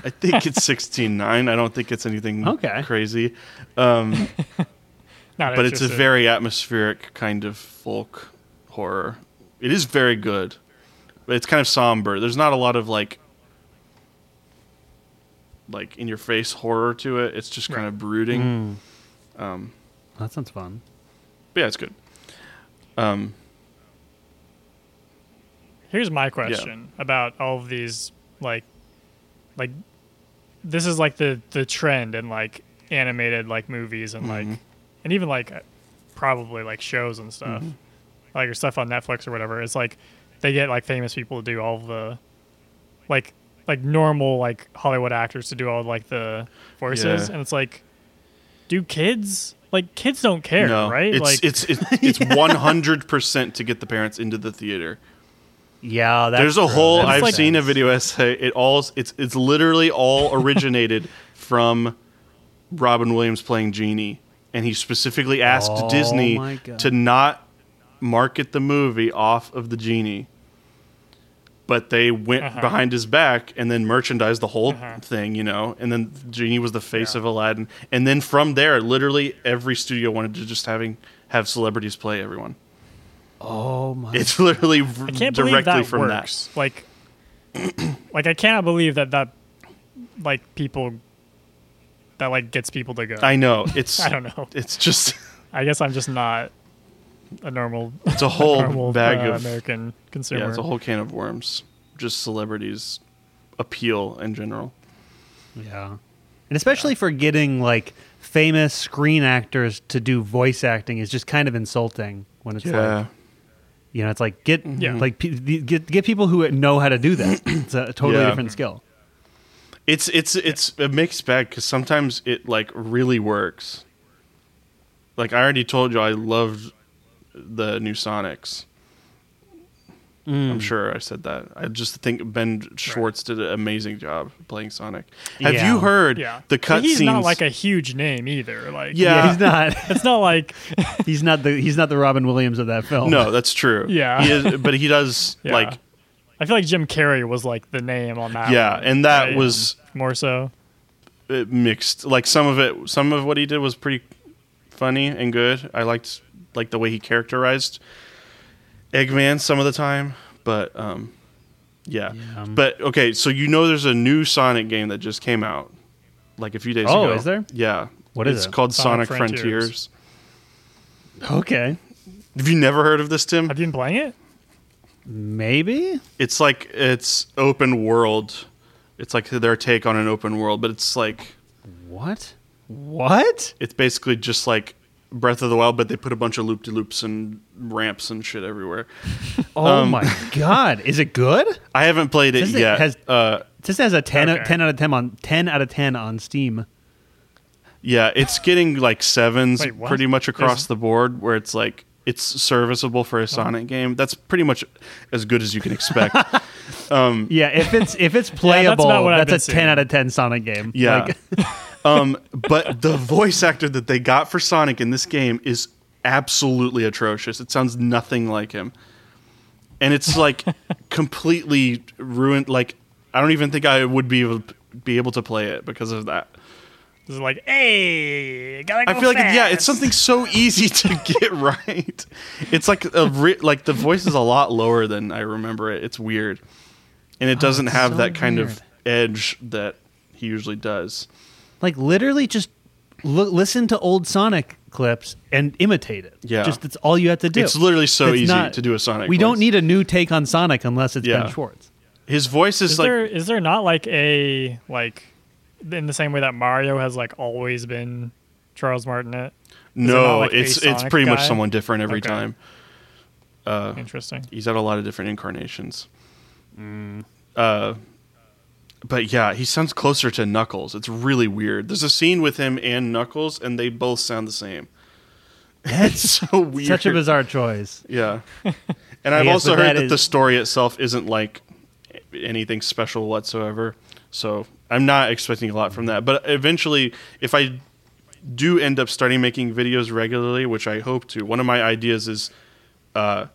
I think it's sixteen nine. I don't think it's anything
Okay.
crazy,
Not
but it's a
interested.
very atmospheric kind of folk horror. It is very good. But it's kind of somber. There's not a lot of like like in your face horror to it. It's just kind of brooding.
that sounds fun
But yeah, it's good.
Here's my question about all of these, like, like this is like the the trend in like animated like movies and
Mm-hmm.
like and even like uh, probably like shows and stuff,
Mm-hmm.
like or stuff on Netflix or whatever. It's like they get like famous people to do all the like like normal like Hollywood actors to do all like the voices,
Yeah.
and it's like, do kids like kids don't care,
no,
right?
It's
like
it's it's it's one hundred percent to get the parents into the theater.
yeah that's
There's a
true.
whole.
That
I've
makes
like-
seen a
sense.
video essay. It all. It's it's literally all originated from Robin Williams playing Genie, and he specifically asked
Oh my
Disney
God.
to not market the movie off of the Genie. But they went
Uh-huh.
behind his back and then merchandised the whole thing, you know. And then Genie was the face of Aladdin, and then from there, literally every studio wanted to just having have celebrities play everyone.
Oh my!
It's literally
I can't
directly
believe that
from that.
works. Like, like I cannot believe that that, like people, that like gets people to go. I,
I know. It's
don't know.
It's just
I guess I'm just not a normal,
it's a whole
normal
bag
uh,
of
American consumer.
yeah, it's a whole can of worms. Just celebrities appeal in general.
yeah, and especially for getting like famous screen actors to do voice acting is just kind of insulting when it's like you know it's like get
Yeah.
like pe- the- get get people who know how to do that. It's a totally
Yeah.
different skill.
it's it's it's a mixed bag because sometimes it like really works. Like I already told you, I loved the new Sonics. I'm sure I said that. I just think Ben Schwartz did an amazing job playing Sonic. Have
Yeah.
you heard
yeah.
the
But He's
cutscenes?
not like a huge name either. Like,
Yeah.
Yeah, he's not.
it's not like
He's not the he's not the Robin Williams of that film.
no, that's true.
Yeah.
he is, but he does
Yeah.
like
I feel like Jim Carrey was like the name on that.
yeah,
one,
and that
right?
was
more so.
uh, mixed. Like some of it, some of what he did was pretty funny and good. I liked like the way he characterized Eggman some of the time, but um, yeah.
Yeah.
But okay, so you know there's a new Sonic game that just came out, like a few days
Oh,
ago.
is there?
Yeah.
What is
it's
it?
called Sonic,
Sonic
Frontiers.
Frontiers.
Okay,
Have you never heard of this, Tim?
Have you been playing it?
maybe.
It's like it's open world, It's like their take on an open world, but it's like
What? What?
it's basically just like Breath of the Wild, but they put a bunch of loop de loops and ramps and shit everywhere.
Oh
Um,
my god! Is it good?
I haven't played it
Does it-
yet.
has-
uh,
This has a 10,
Okay.
10 out of ten on ten out of ten on Steam.
yeah, it's getting like sevens
Wait, what?
pretty much across
Is-
the board, where it's like it's serviceable for a Sonic game. That's pretty much as good as you can expect.
Yeah, if it's if it's
about
playable,
what I've
that's, a
been
ten
seeing.
out of ten Sonic game.
Yeah.
Like,
um, but the voice actor that they got for Sonic in this game is absolutely atrocious. It sounds nothing like him. And it's like completely ruined. Like, I don't even think I would be able, be able to play it because of that.
This is like, hey, gotta go
I feel like
fast.
yeah, it's something so easy to get right. It's like a re- like the voice is a lot lower than I remember it. It's weird, and it doesn't
Oh, it's
have
so
that kind of
weird.
edge that he usually does.
like literally just lo- listen to old Sonic clips and imitate it.
Yeah.
just that's all you have to do.
It's literally so
That's
easy
not-
to do a Sonic.
We don't
voice.
need a new take on Sonic unless it's
Yeah.
Ben Schwartz.
his voice is,
Is
like
there is there not like a like in the same way that Mario has like always been Charles Martinet? it not,
no,
like, a
it's it's
Sonic
pretty much
guy?
someone different every
Okay.
time.
Interesting.
He's had a lot of different incarnations.
Mm.
Uh, but yeah, he sounds closer to Knuckles. It's really weird. There's a scene with him and Knuckles, and they both sound the same. It's so weird.
Such a bizarre choice.
Yeah. And I've
Yes,
also
but
heard that,
that is-
the story itself isn't like anything special whatsoever. So I'm not expecting a lot from that. But eventually, if I do end up starting making videos regularly, which I hope to, one of my ideas is uh,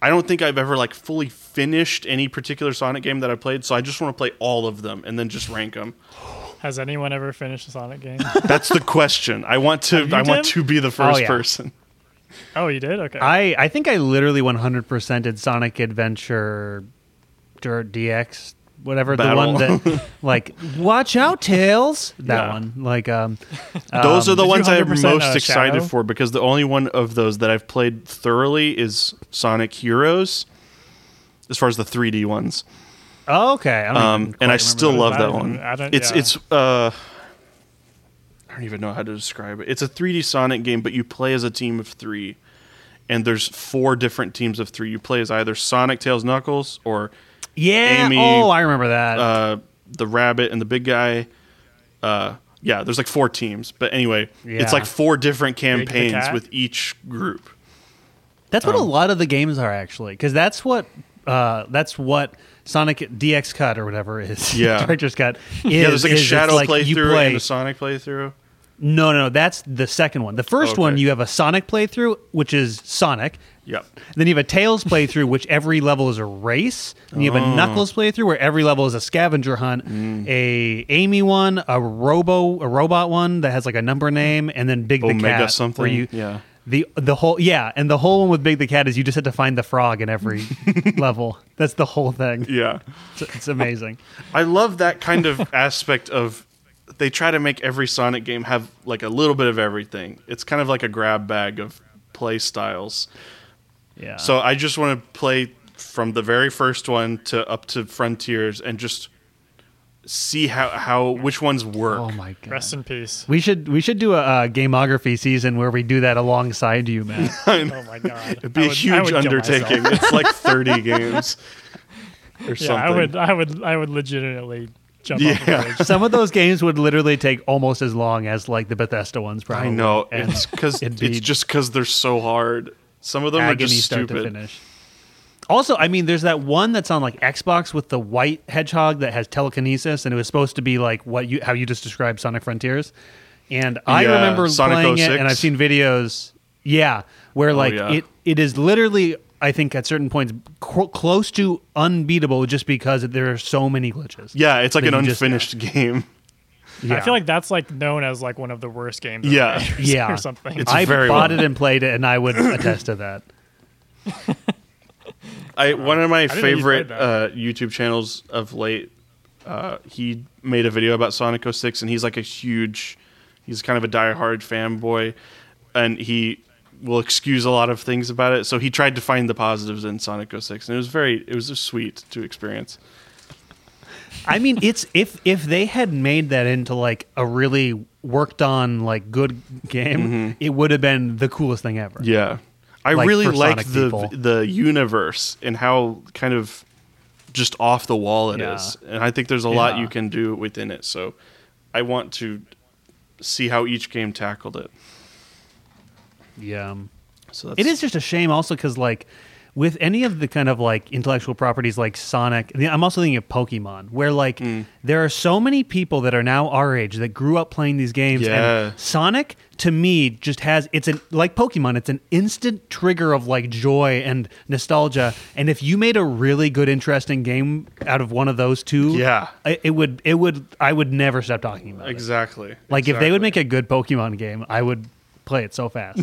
I don't think I've ever like fully finished any particular Sonic game that I played. So I just want to play all of them and then just rank them.
Has anyone ever finished a Sonic game?
That's the question. I want to.
you,
I want
Tim?
to be the first
yeah.
person.
oh, you did. Okay.
I I think I literally 100 did Sonic Adventure, Dirt DX, whatever
Battle.
the one that like watch out tails that
Yeah.
one like um
Those are the
Did you
ones I'm
100%,
most
uh,
excited
Shadow?
for because the only one of those that I've played thoroughly is Sonic Heroes, as far as the 3D ones.
oh, okay I don't even
Um,
quite
and I
remember
still
that.
love
I
that
don't-
one.
I don't-
It's
yeah.
it's uh, I don't even know how to describe it. It's a 3D Sonic game, but you play as a team of three, and there's four different teams of three. You play as either Sonic, Tails, Knuckles, or
yeah
Amy,
oh I remember that
uh, the rabbit and the big guy. Uh, yeah, there's like four teams, but anyway,
Yeah.
it's like four different
the
campaigns
cat?
with each group.
That's
um,
what a lot of the games are actually, because that's what uh, that's what Sonic DX cut or whatever is.
Yeah.
director's cut. Is,
yeah, there's like a
is it's
shadow
like you
playthrough
play-
and a Sonic playthrough.
no, no, no, that's the second one. The first one
Okay.
you have a Sonic playthrough, which is Sonic.
Yep.
Then you have a Tails playthrough, which every level is a race. And you have
Oh.
a Knuckles playthrough, where every level is a scavenger hunt.
Mm.
A Amy one, a Robo, a robot one that has like a number name, and then Big the
Omega
Cat. where
something,
you-
yeah.
The the whole yeah, and the whole one with Big the Cat is you just had to find the frog in every level. That's the whole thing.
Yeah,
It's, it's amazing.
I love that kind of aspect of. They try to make every Sonic game have like a little bit of everything. It's kind of like a grab bag of play styles.
Yeah.
So I just want to play from the very first one to up to Frontiers and just see how how which ones work.
oh my god.
Rest in peace.
we should we should do a, uh gamography season where we do that alongside you, man.
oh my god.
It'd be a huge undertaking. It's like 30 games or
Yeah,
something.
I would. I would. I would legitimately jump off
Yeah.
a bridge.
Some of those games would literally take almost as long as like the Bethesda ones,
I
probably.
know.
And
It's because
it'd
it's
be
just because they're so hard. Some of them are
agony
just
start to
stupid.
finish. Also, I mean, there's that one that's on like Xbox with the white hedgehog that has telekinesis, and it was supposed to be like what you how you just described Sonic Frontiers. And I
Yeah,
remember
Sonic
playing it,
06.
and I've seen videos, yeah, where like
yeah.
it it is literally I think at certain points cl- close to unbeatable just because there are so many glitches.
Yeah, it's like
That
an
you just-
unfinished game.
Yeah.
I feel like that's like known as like one of the worst games. ever
Yeah.
made or
yeah,
something.
It's
I
very
bought
well-
it and played it, and I would attest to that.
I one of my
Uh, didn't know you
favorite
played
uh, YouTube channels of late. Uh, he made a video about Sonic 06, and he's like a huge, he's kind of a diehard fanboy, and he will excuse a lot of things about it. So he tried to oh find the positives in Sonic 06, and it was very, it was just sweet to experience.
I mean, it's if if they had made that into like a really worked on like good game, it would have been the coolest thing ever.
Mm-hmm. Yeah, I
Like,
really
for
like
Sonic
the
people.
the universe and how kind of just off the wall it is,
Yeah.
and I think there's a lot
Yeah.
you can do within it. So I want to see how each game tackled it.
Yeah.
So that's,
It is just a shame also cuz like with any of the kind of like intellectual properties like Sonic, I mean, I'm also thinking of Pokemon, where like
Mm.
there are so many people that are now our age that grew up playing these games.
Yeah.
And Sonic to me just has it's an like Pokemon, it's an instant trigger of like joy and nostalgia. And if you made a really good, interesting game out of one of those two,
Yeah.
I, it would it would I would never stop talking about it.
exactly
Like if they would
exactly.
make a good Pokemon game, I would play it so fast.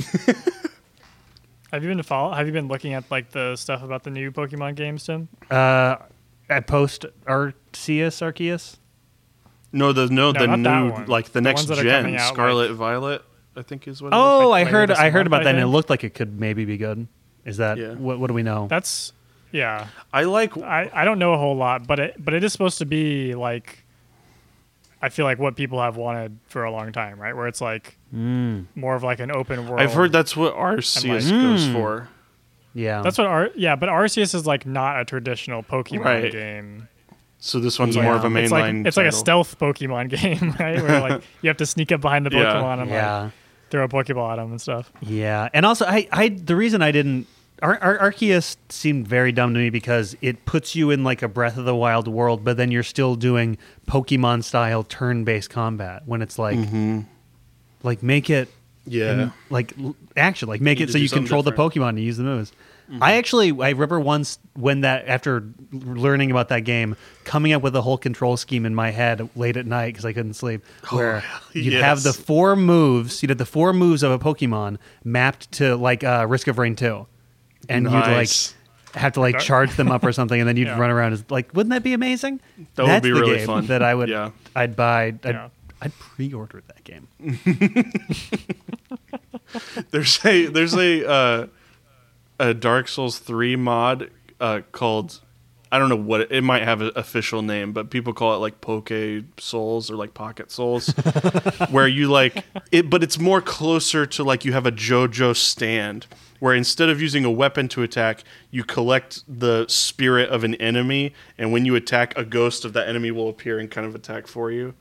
Have you been to follow? Have you been looking at like the stuff about the new Pokemon games, Tim?
uh, at post Arceus, Arceus.
no the no, the
not that
new
one.
like the,
The
next
ones that are
gen
coming out, like-
Scarlet Violet I think is what. it looks
Oh,
like
I
later
heard
this
I heard
month,
about
I
that, and it
think.
looked like it could maybe be good. Is that
Yeah.
what? What do we know?
That's yeah.
I like
I, I don't know a whole lot, but it but it is supposed to be like I feel like what people have wanted for a long time, right? Where it's like more of like an open world.
I've heard that's what Arceus goes
Hmm.
for.
yeah,
That's what Ar- yeah, but Arceus is like not a traditional Pokemon
Right.
game.
So this one's
Yeah.
more of a mainline.
It's like it's like a
title.
stealth Pokemon game, right? Where like you have to sneak up behind the
Yeah.
Pokemon and
yeah,
like throw a Pokeball at them and stuff.
yeah. And also, I, I the reason I didn't Ar- Ar- Arceus seemed very dumb to me because it puts you in like a Breath of the Wild world, but then you're still doing Pokemon style turn based combat when it's like, like make it
Yeah.
and, like l- action like make
You
it
need
so
to do
you
something
control
different. Mm-hmm.
the pokemon and use the moves i actually i remember once when that after learning about that game coming up with a whole control scheme in my head late at night because i couldn't sleep where you'd have the
Oh, yes.
four moves you'd have the four moves of a pokemon mapped to like uh, risk of rain 2 and
Nice.
you'd like have to like charge them up or something and then you'd
Yeah.
run around as, like wouldn't that be amazing
That would
That's
be
the
really
game
fun.
that i would
Yeah.
i'd buy I'd,
Yeah.
I'd pre-order that game
There's a there's a uh, a Dark Souls three mod uh, called I don't know what it, it might have an official name, but people call it like Poke Souls or like Pocket Souls, where you like it, but it's more closer to like you have a JoJo stand. Where instead of using a weapon to attack, you collect the spirit of an enemy, and when you attack, a ghost of that enemy will appear and kind of attack for you.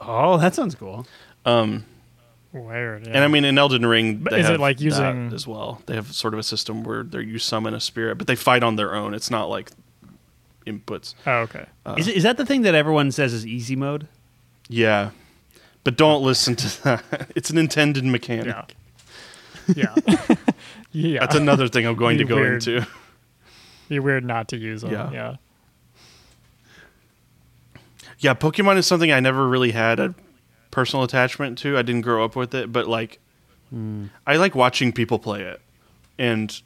oh that sounds cool
Weird.
And I mean, in Elden Ring,
But
they
is it
have
like
that
using-
as well? They have sort of a system where they you summon a spirit, but they fight on their own. It's not like inputs.
oh, okay.
Uh,
Is, is that the thing that everyone says is easy mode?
Yeah, but don't listen to that. It's an intended mechanic.
Yeah. Yeah. yeah.
That's another thing I'm going to
You
go
weird.
into.
Be weird not to use them.
Yeah.
Yeah.
Yeah, Pokemon is something I never really had a personal attachment to. I didn't grow up with it, but like, I like watching people play it and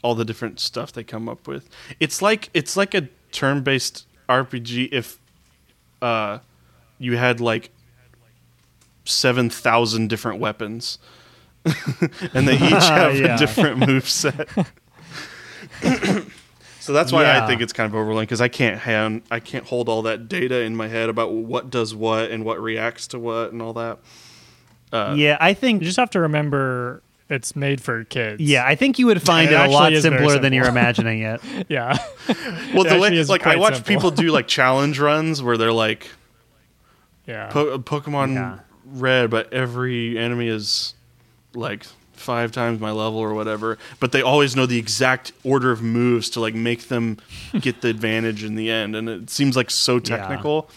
all the different stuff they come up with. It's like it's like a turn-based RPG if uh, you had like seven thousand different weapons, and they each have
Yeah.
a different move set. So that's why I
Yeah.
think it's kind of overwhelming because I can't hand, I can't hold all that data in my head about what does what and what reacts to what and all that.
yeah, I think.
You Uh, just have to remember it's made for kids.
yeah, I think you would find
It
it, a lot
actually is very
simpler than you're
simple.
imagining it.
Yeah.
Well,
It
the way
actually is
like I
quite
watch
simple.
people do like challenge runs where they're like
Yeah.
po- Pokemon
Yeah.
Red, but every enemy is like five times my level or whatever. But they always know the exact order of moves to like make them get the advantage in the end, and it seems like so technical.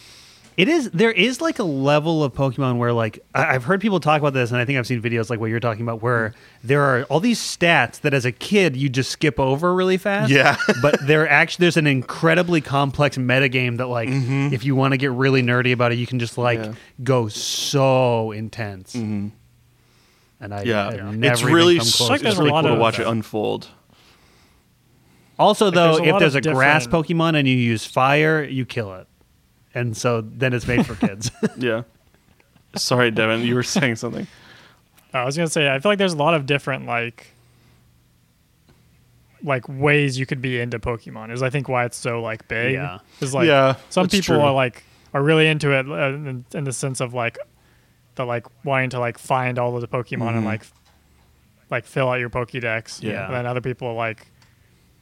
It is there is like a level of Pokemon where like I, I've heard people talk about this, and I think I've seen videos like what you're talking about, where
Mm-hmm.
there are all these stats that as a kid you just skip over really fast.
Yeah.
but there actually there's an incredibly complex metagame that like if you want to get really nerdy about it, you can just like
Mm-hmm. Yeah. Mm-hmm.
go so intense. And I
Yeah,
I've
Yeah.
never
it's
even
really
come
s-
close
Like
to
it's
there's a
really
lot
cool to
of-
watch it unfold.
Also, though,
there's a
if
lot
there's a
of
grass
different-
Pokemon and you use fire, you kill it, and so then it's made for kids.
Yeah. Sorry, Devin, you were saying something.
I was gonna say I feel like there's a lot of different like like ways you could be into Pokemon is I think why it's so like big.
Yeah.
Is like
Yeah,
some
that's
people
true.
are like are really into it uh, in, in the sense of like the like wanting to like find all of the Pokemon and
Mm-hmm.
like f- like fill out your Pokédex.
Yeah.
And then other people are like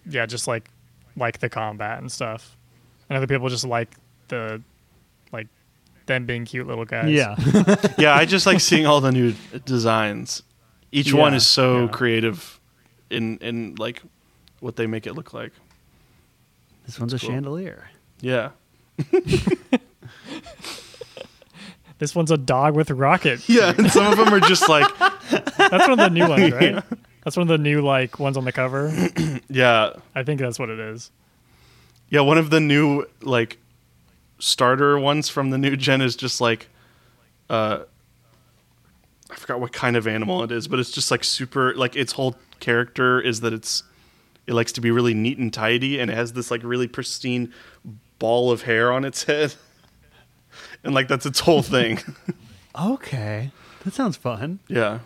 yeah, just like like the combat and stuff. And other people just like the like them being cute little guys.
Yeah.
yeah, I just like seeing all the new designs. Each one
Yeah,
is so
yeah.
creative in in like what they make it look like.
this one's a chandelier.
Yeah.
This one's a dog with a rocket.
Yeah, and some of them are just like
That's one of the new ones, right? That's one of the new like ones on the cover.
yeah,
I think that's what it is.
yeah, one of the new like starter ones from the new gen is just like uh I forgot what kind of animal it is, but it's just like super like its whole character is that it's it likes to be really neat and tidy and it has this like really pristine ball of hair on its head. And like that's its whole thing.
Okay. That sounds fun.
Yeah.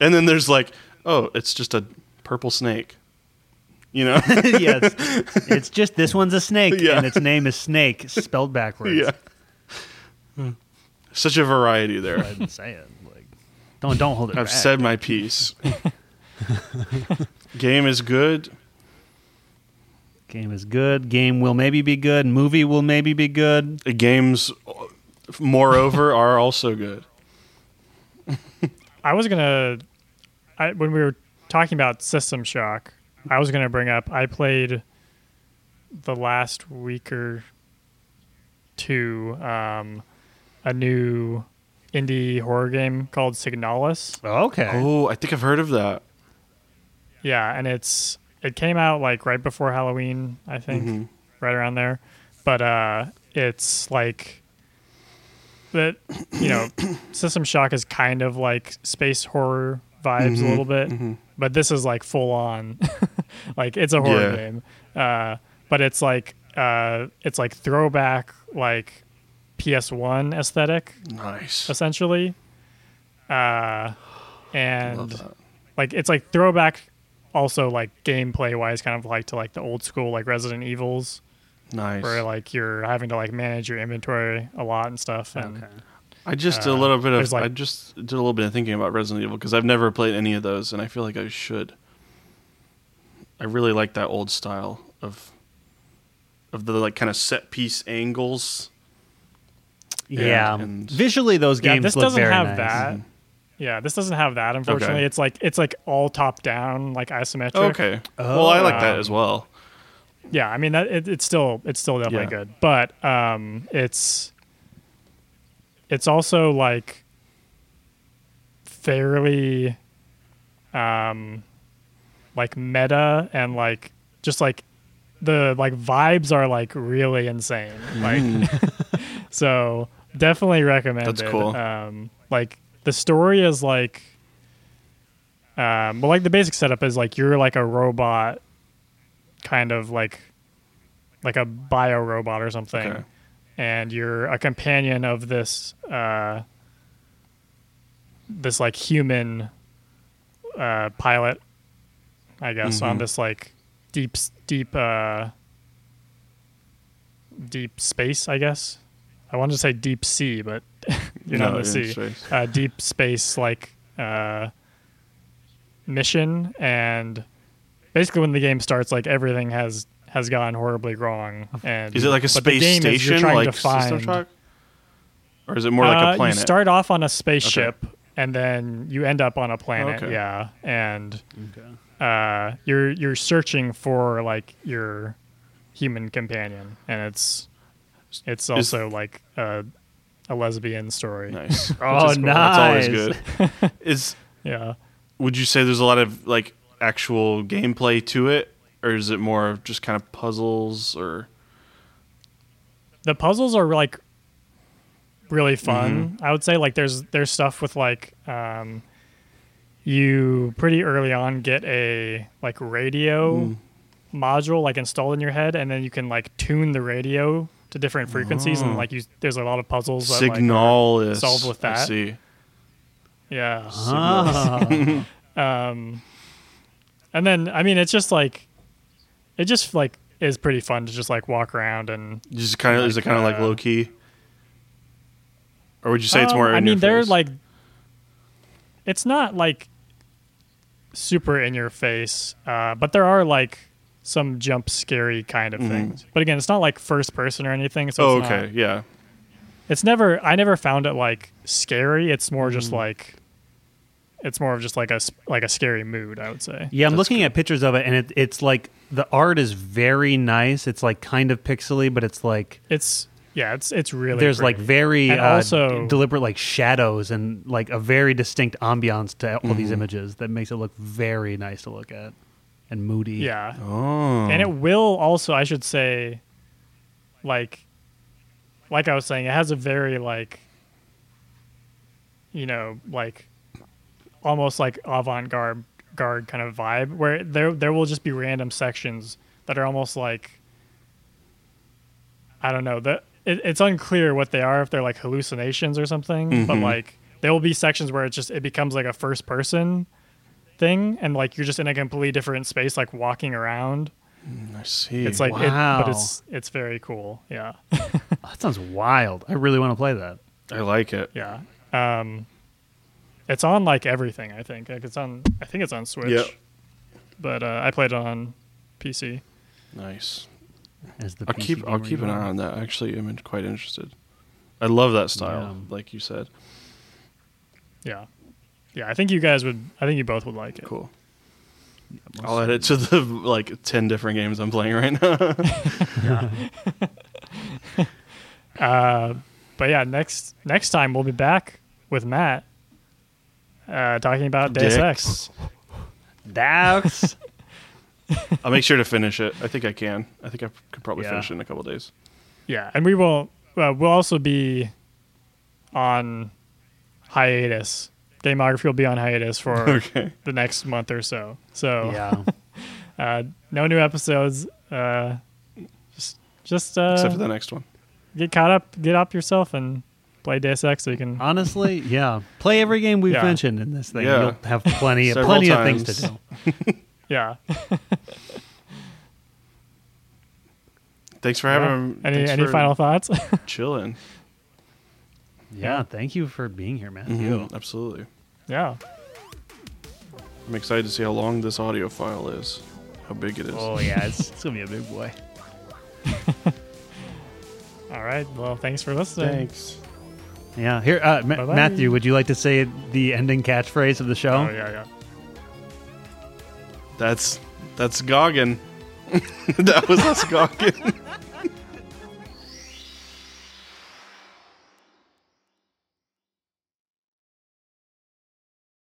And then there's like, oh, it's just a purple snake. You know?
yes. It's just this one's a snake
Yeah.
and its name is Snake spelled backwards.
yeah. Such a variety there.
I didn't say it. Like, don't don't hold it.
I've
back.
said my piece. Game is good.
game is good. Game will maybe be good. Movie will maybe be good.
Games, moreover, are also good.
I was gonna, I, when we were talking about System Shock, I was gonna bring up I played the last week or two um, a new indie horror game called Signalis.
Okay.
Oh, I think I've heard of that.
Yeah, and it's it came out like right before Halloween, I think,
Mm-hmm.
right around there. But uh it's like that you know, System Shock is kind of like space horror vibes
Mm-hmm.
a little bit, but this is like full on like it's a horror
Yeah.
game. Uh but it's like uh it's like throwback like PS1 aesthetic
Nice.
essentially. Uh, and
Love that.
like it's like throwback, also like gameplay wise, kind of like to like the old school like Resident Evils, where
Nice.
like you're having to like manage your inventory a lot and stuff. And
Okay.
I just did a little bit of
uh, there's like-
I just did a little bit of thinking about Resident Evil because I've never played any of those, and I feel like I should. I really like that old style of of the like kind of set piece angles.
Yeah.
and-
Visually, those
yeah,
games
this
look
doesn't
very
have
nice. Mm-hmm.
that. Yeah, this doesn't have that. Unfortunately, it's like it's like all top down, like isometric.
Okay. well, I like that
Oh.
as well.
Yeah, I mean that it, it's still it's still definitely
Yeah.
good, but um, it's it's also like fairly um like meta and like just like the like vibes are like really insane.
Mm.
Like so definitely recommend
That's cool.
Um like the story is like um well like the basic setup is like you're like a robot kind of like like a bio robot or something
Okay.
and you're a companion of this uh this like human uh pilot i guess
Mm-hmm.
on this like deep s- deep uh deep space i guess i wanted to say deep sea but you're not
No,
in the
you're in
sea
space.
uh deep space like uh mission and basically when the game starts like everything has has gone horribly wrong and
Is it like a
but the
space
game is you're
station,
trying
like
to find-
System Shock, or is it more like
uh,
a planet?
You start off on a spaceship and then you end up on a planet.
Okay.
Yeah, and
Okay.
uh, you're you're searching for like your human companion, and it's it's also like a, a lesbian story.
nice. Which
Oh,
is That's always
nice.
good. is
Yeah,
would you say there's a lot of like actual gameplay to it, or is it more of just kind of puzzles or?
the puzzles are like really fun. I would say like there's there's stuff with like um, you pretty early on get a like radio module like installed in your head, and then you can like tune the radio to different frequencies, and like you there's a lot of puzzles that like,
Signal
are
is
solved with
I
that.
see.
yeah.
Ah.
Um, And then I mean, it's just like, it just like is pretty fun to just like walk around and.
You Just kind of is it kind of like
uh,
low key, or would you say it's
Um,
more?
I
in
mean,
your
they're
face?
like, it's not like super in your face, uh, but there are like some jump scary kind of things. But again, it's not like first person or anything. So
Mm-hmm. Oh,
it's
okay,
Not,
yeah.
it's never. I never found it like scary. It's more
Mm.
just like. It's more of just like a s- like a scary mood. I would say.
Yeah, I'm looking at pictures of it, and it, it's like the art is very nice. It's like kind of pixely, but it's like
It's yeah. It's it's really.
there's like
pretty.
very
And
uh,
also-
deliberate like shadows and like a very distinct ambiance to all
Mm-hmm.
these images that makes it look very nice to look at and moody.
yeah.
Oh,
and it will also i should say like like i was saying it has a very like you know like almost like avant-garde guard kind of vibe where there there will just be random sections that are almost like i don't know that it, it's unclear what they are if they're like hallucinations or something but like there will be sections where it just it becomes like a first person thing and like you're just in a completely different space like walking around
I see.
it's like it,
Wow.
but it's it's very cool yeah
Oh, that sounds wild. I really want to play that.
I like it.
yeah um it's on like everything i think like it's on i think it's on switch
Yeah.
but uh, i played it on pc
Nice.
As the
I'll
PC
keep I'll
gamer
keep
you
an
are.
eye on that. Actually, I'm quite interested. I love that style,
Yeah.
like you said.
yeah yeah i think you guys would i think you both would like it
Cool. I'll add it to the like ten different games I'm playing right now.
uh but yeah next next time we'll be back with matt uh talking about Deus
Dick.
Ex.
Dax.
I'll make sure to finish it. I think I can. I think I could probably
Yeah.
finish it in a couple days.
Yeah, and we will. Uh, we'll also be on hiatus. Gamography will be on hiatus for
Uh,
Okay.
the next month or so. So
yeah.
uh, no new episodes. Uh, just just
Except
uh,
for the next one.
get caught up, get up yourself, and play Deus Ex so you
Uh,
can.
Honestly, yeah. Play every game we've
Yeah.
mentioned in this thing.
Yeah.
You'll have plenty,
Several
plenty of things
times.
to do.
Yeah.
Thanks for having.
any
thanks
any
for
final thoughts?
chilling?
Yeah. Thank you for being here, Matthew.
Mhm, Absolutely.
yeah.
I'm excited to see how long this audio file is, how big it is.
Oh yeah, it's, it's gonna be a big boy.
All right. Well, thanks for listening.
Thanks.
Yeah. Here, uh, Ma-
Bye-bye.
Matthew, would you like to say the ending catchphrase of the show?
Oh yeah, yeah.
That's that's Goggin. that was us Goggin.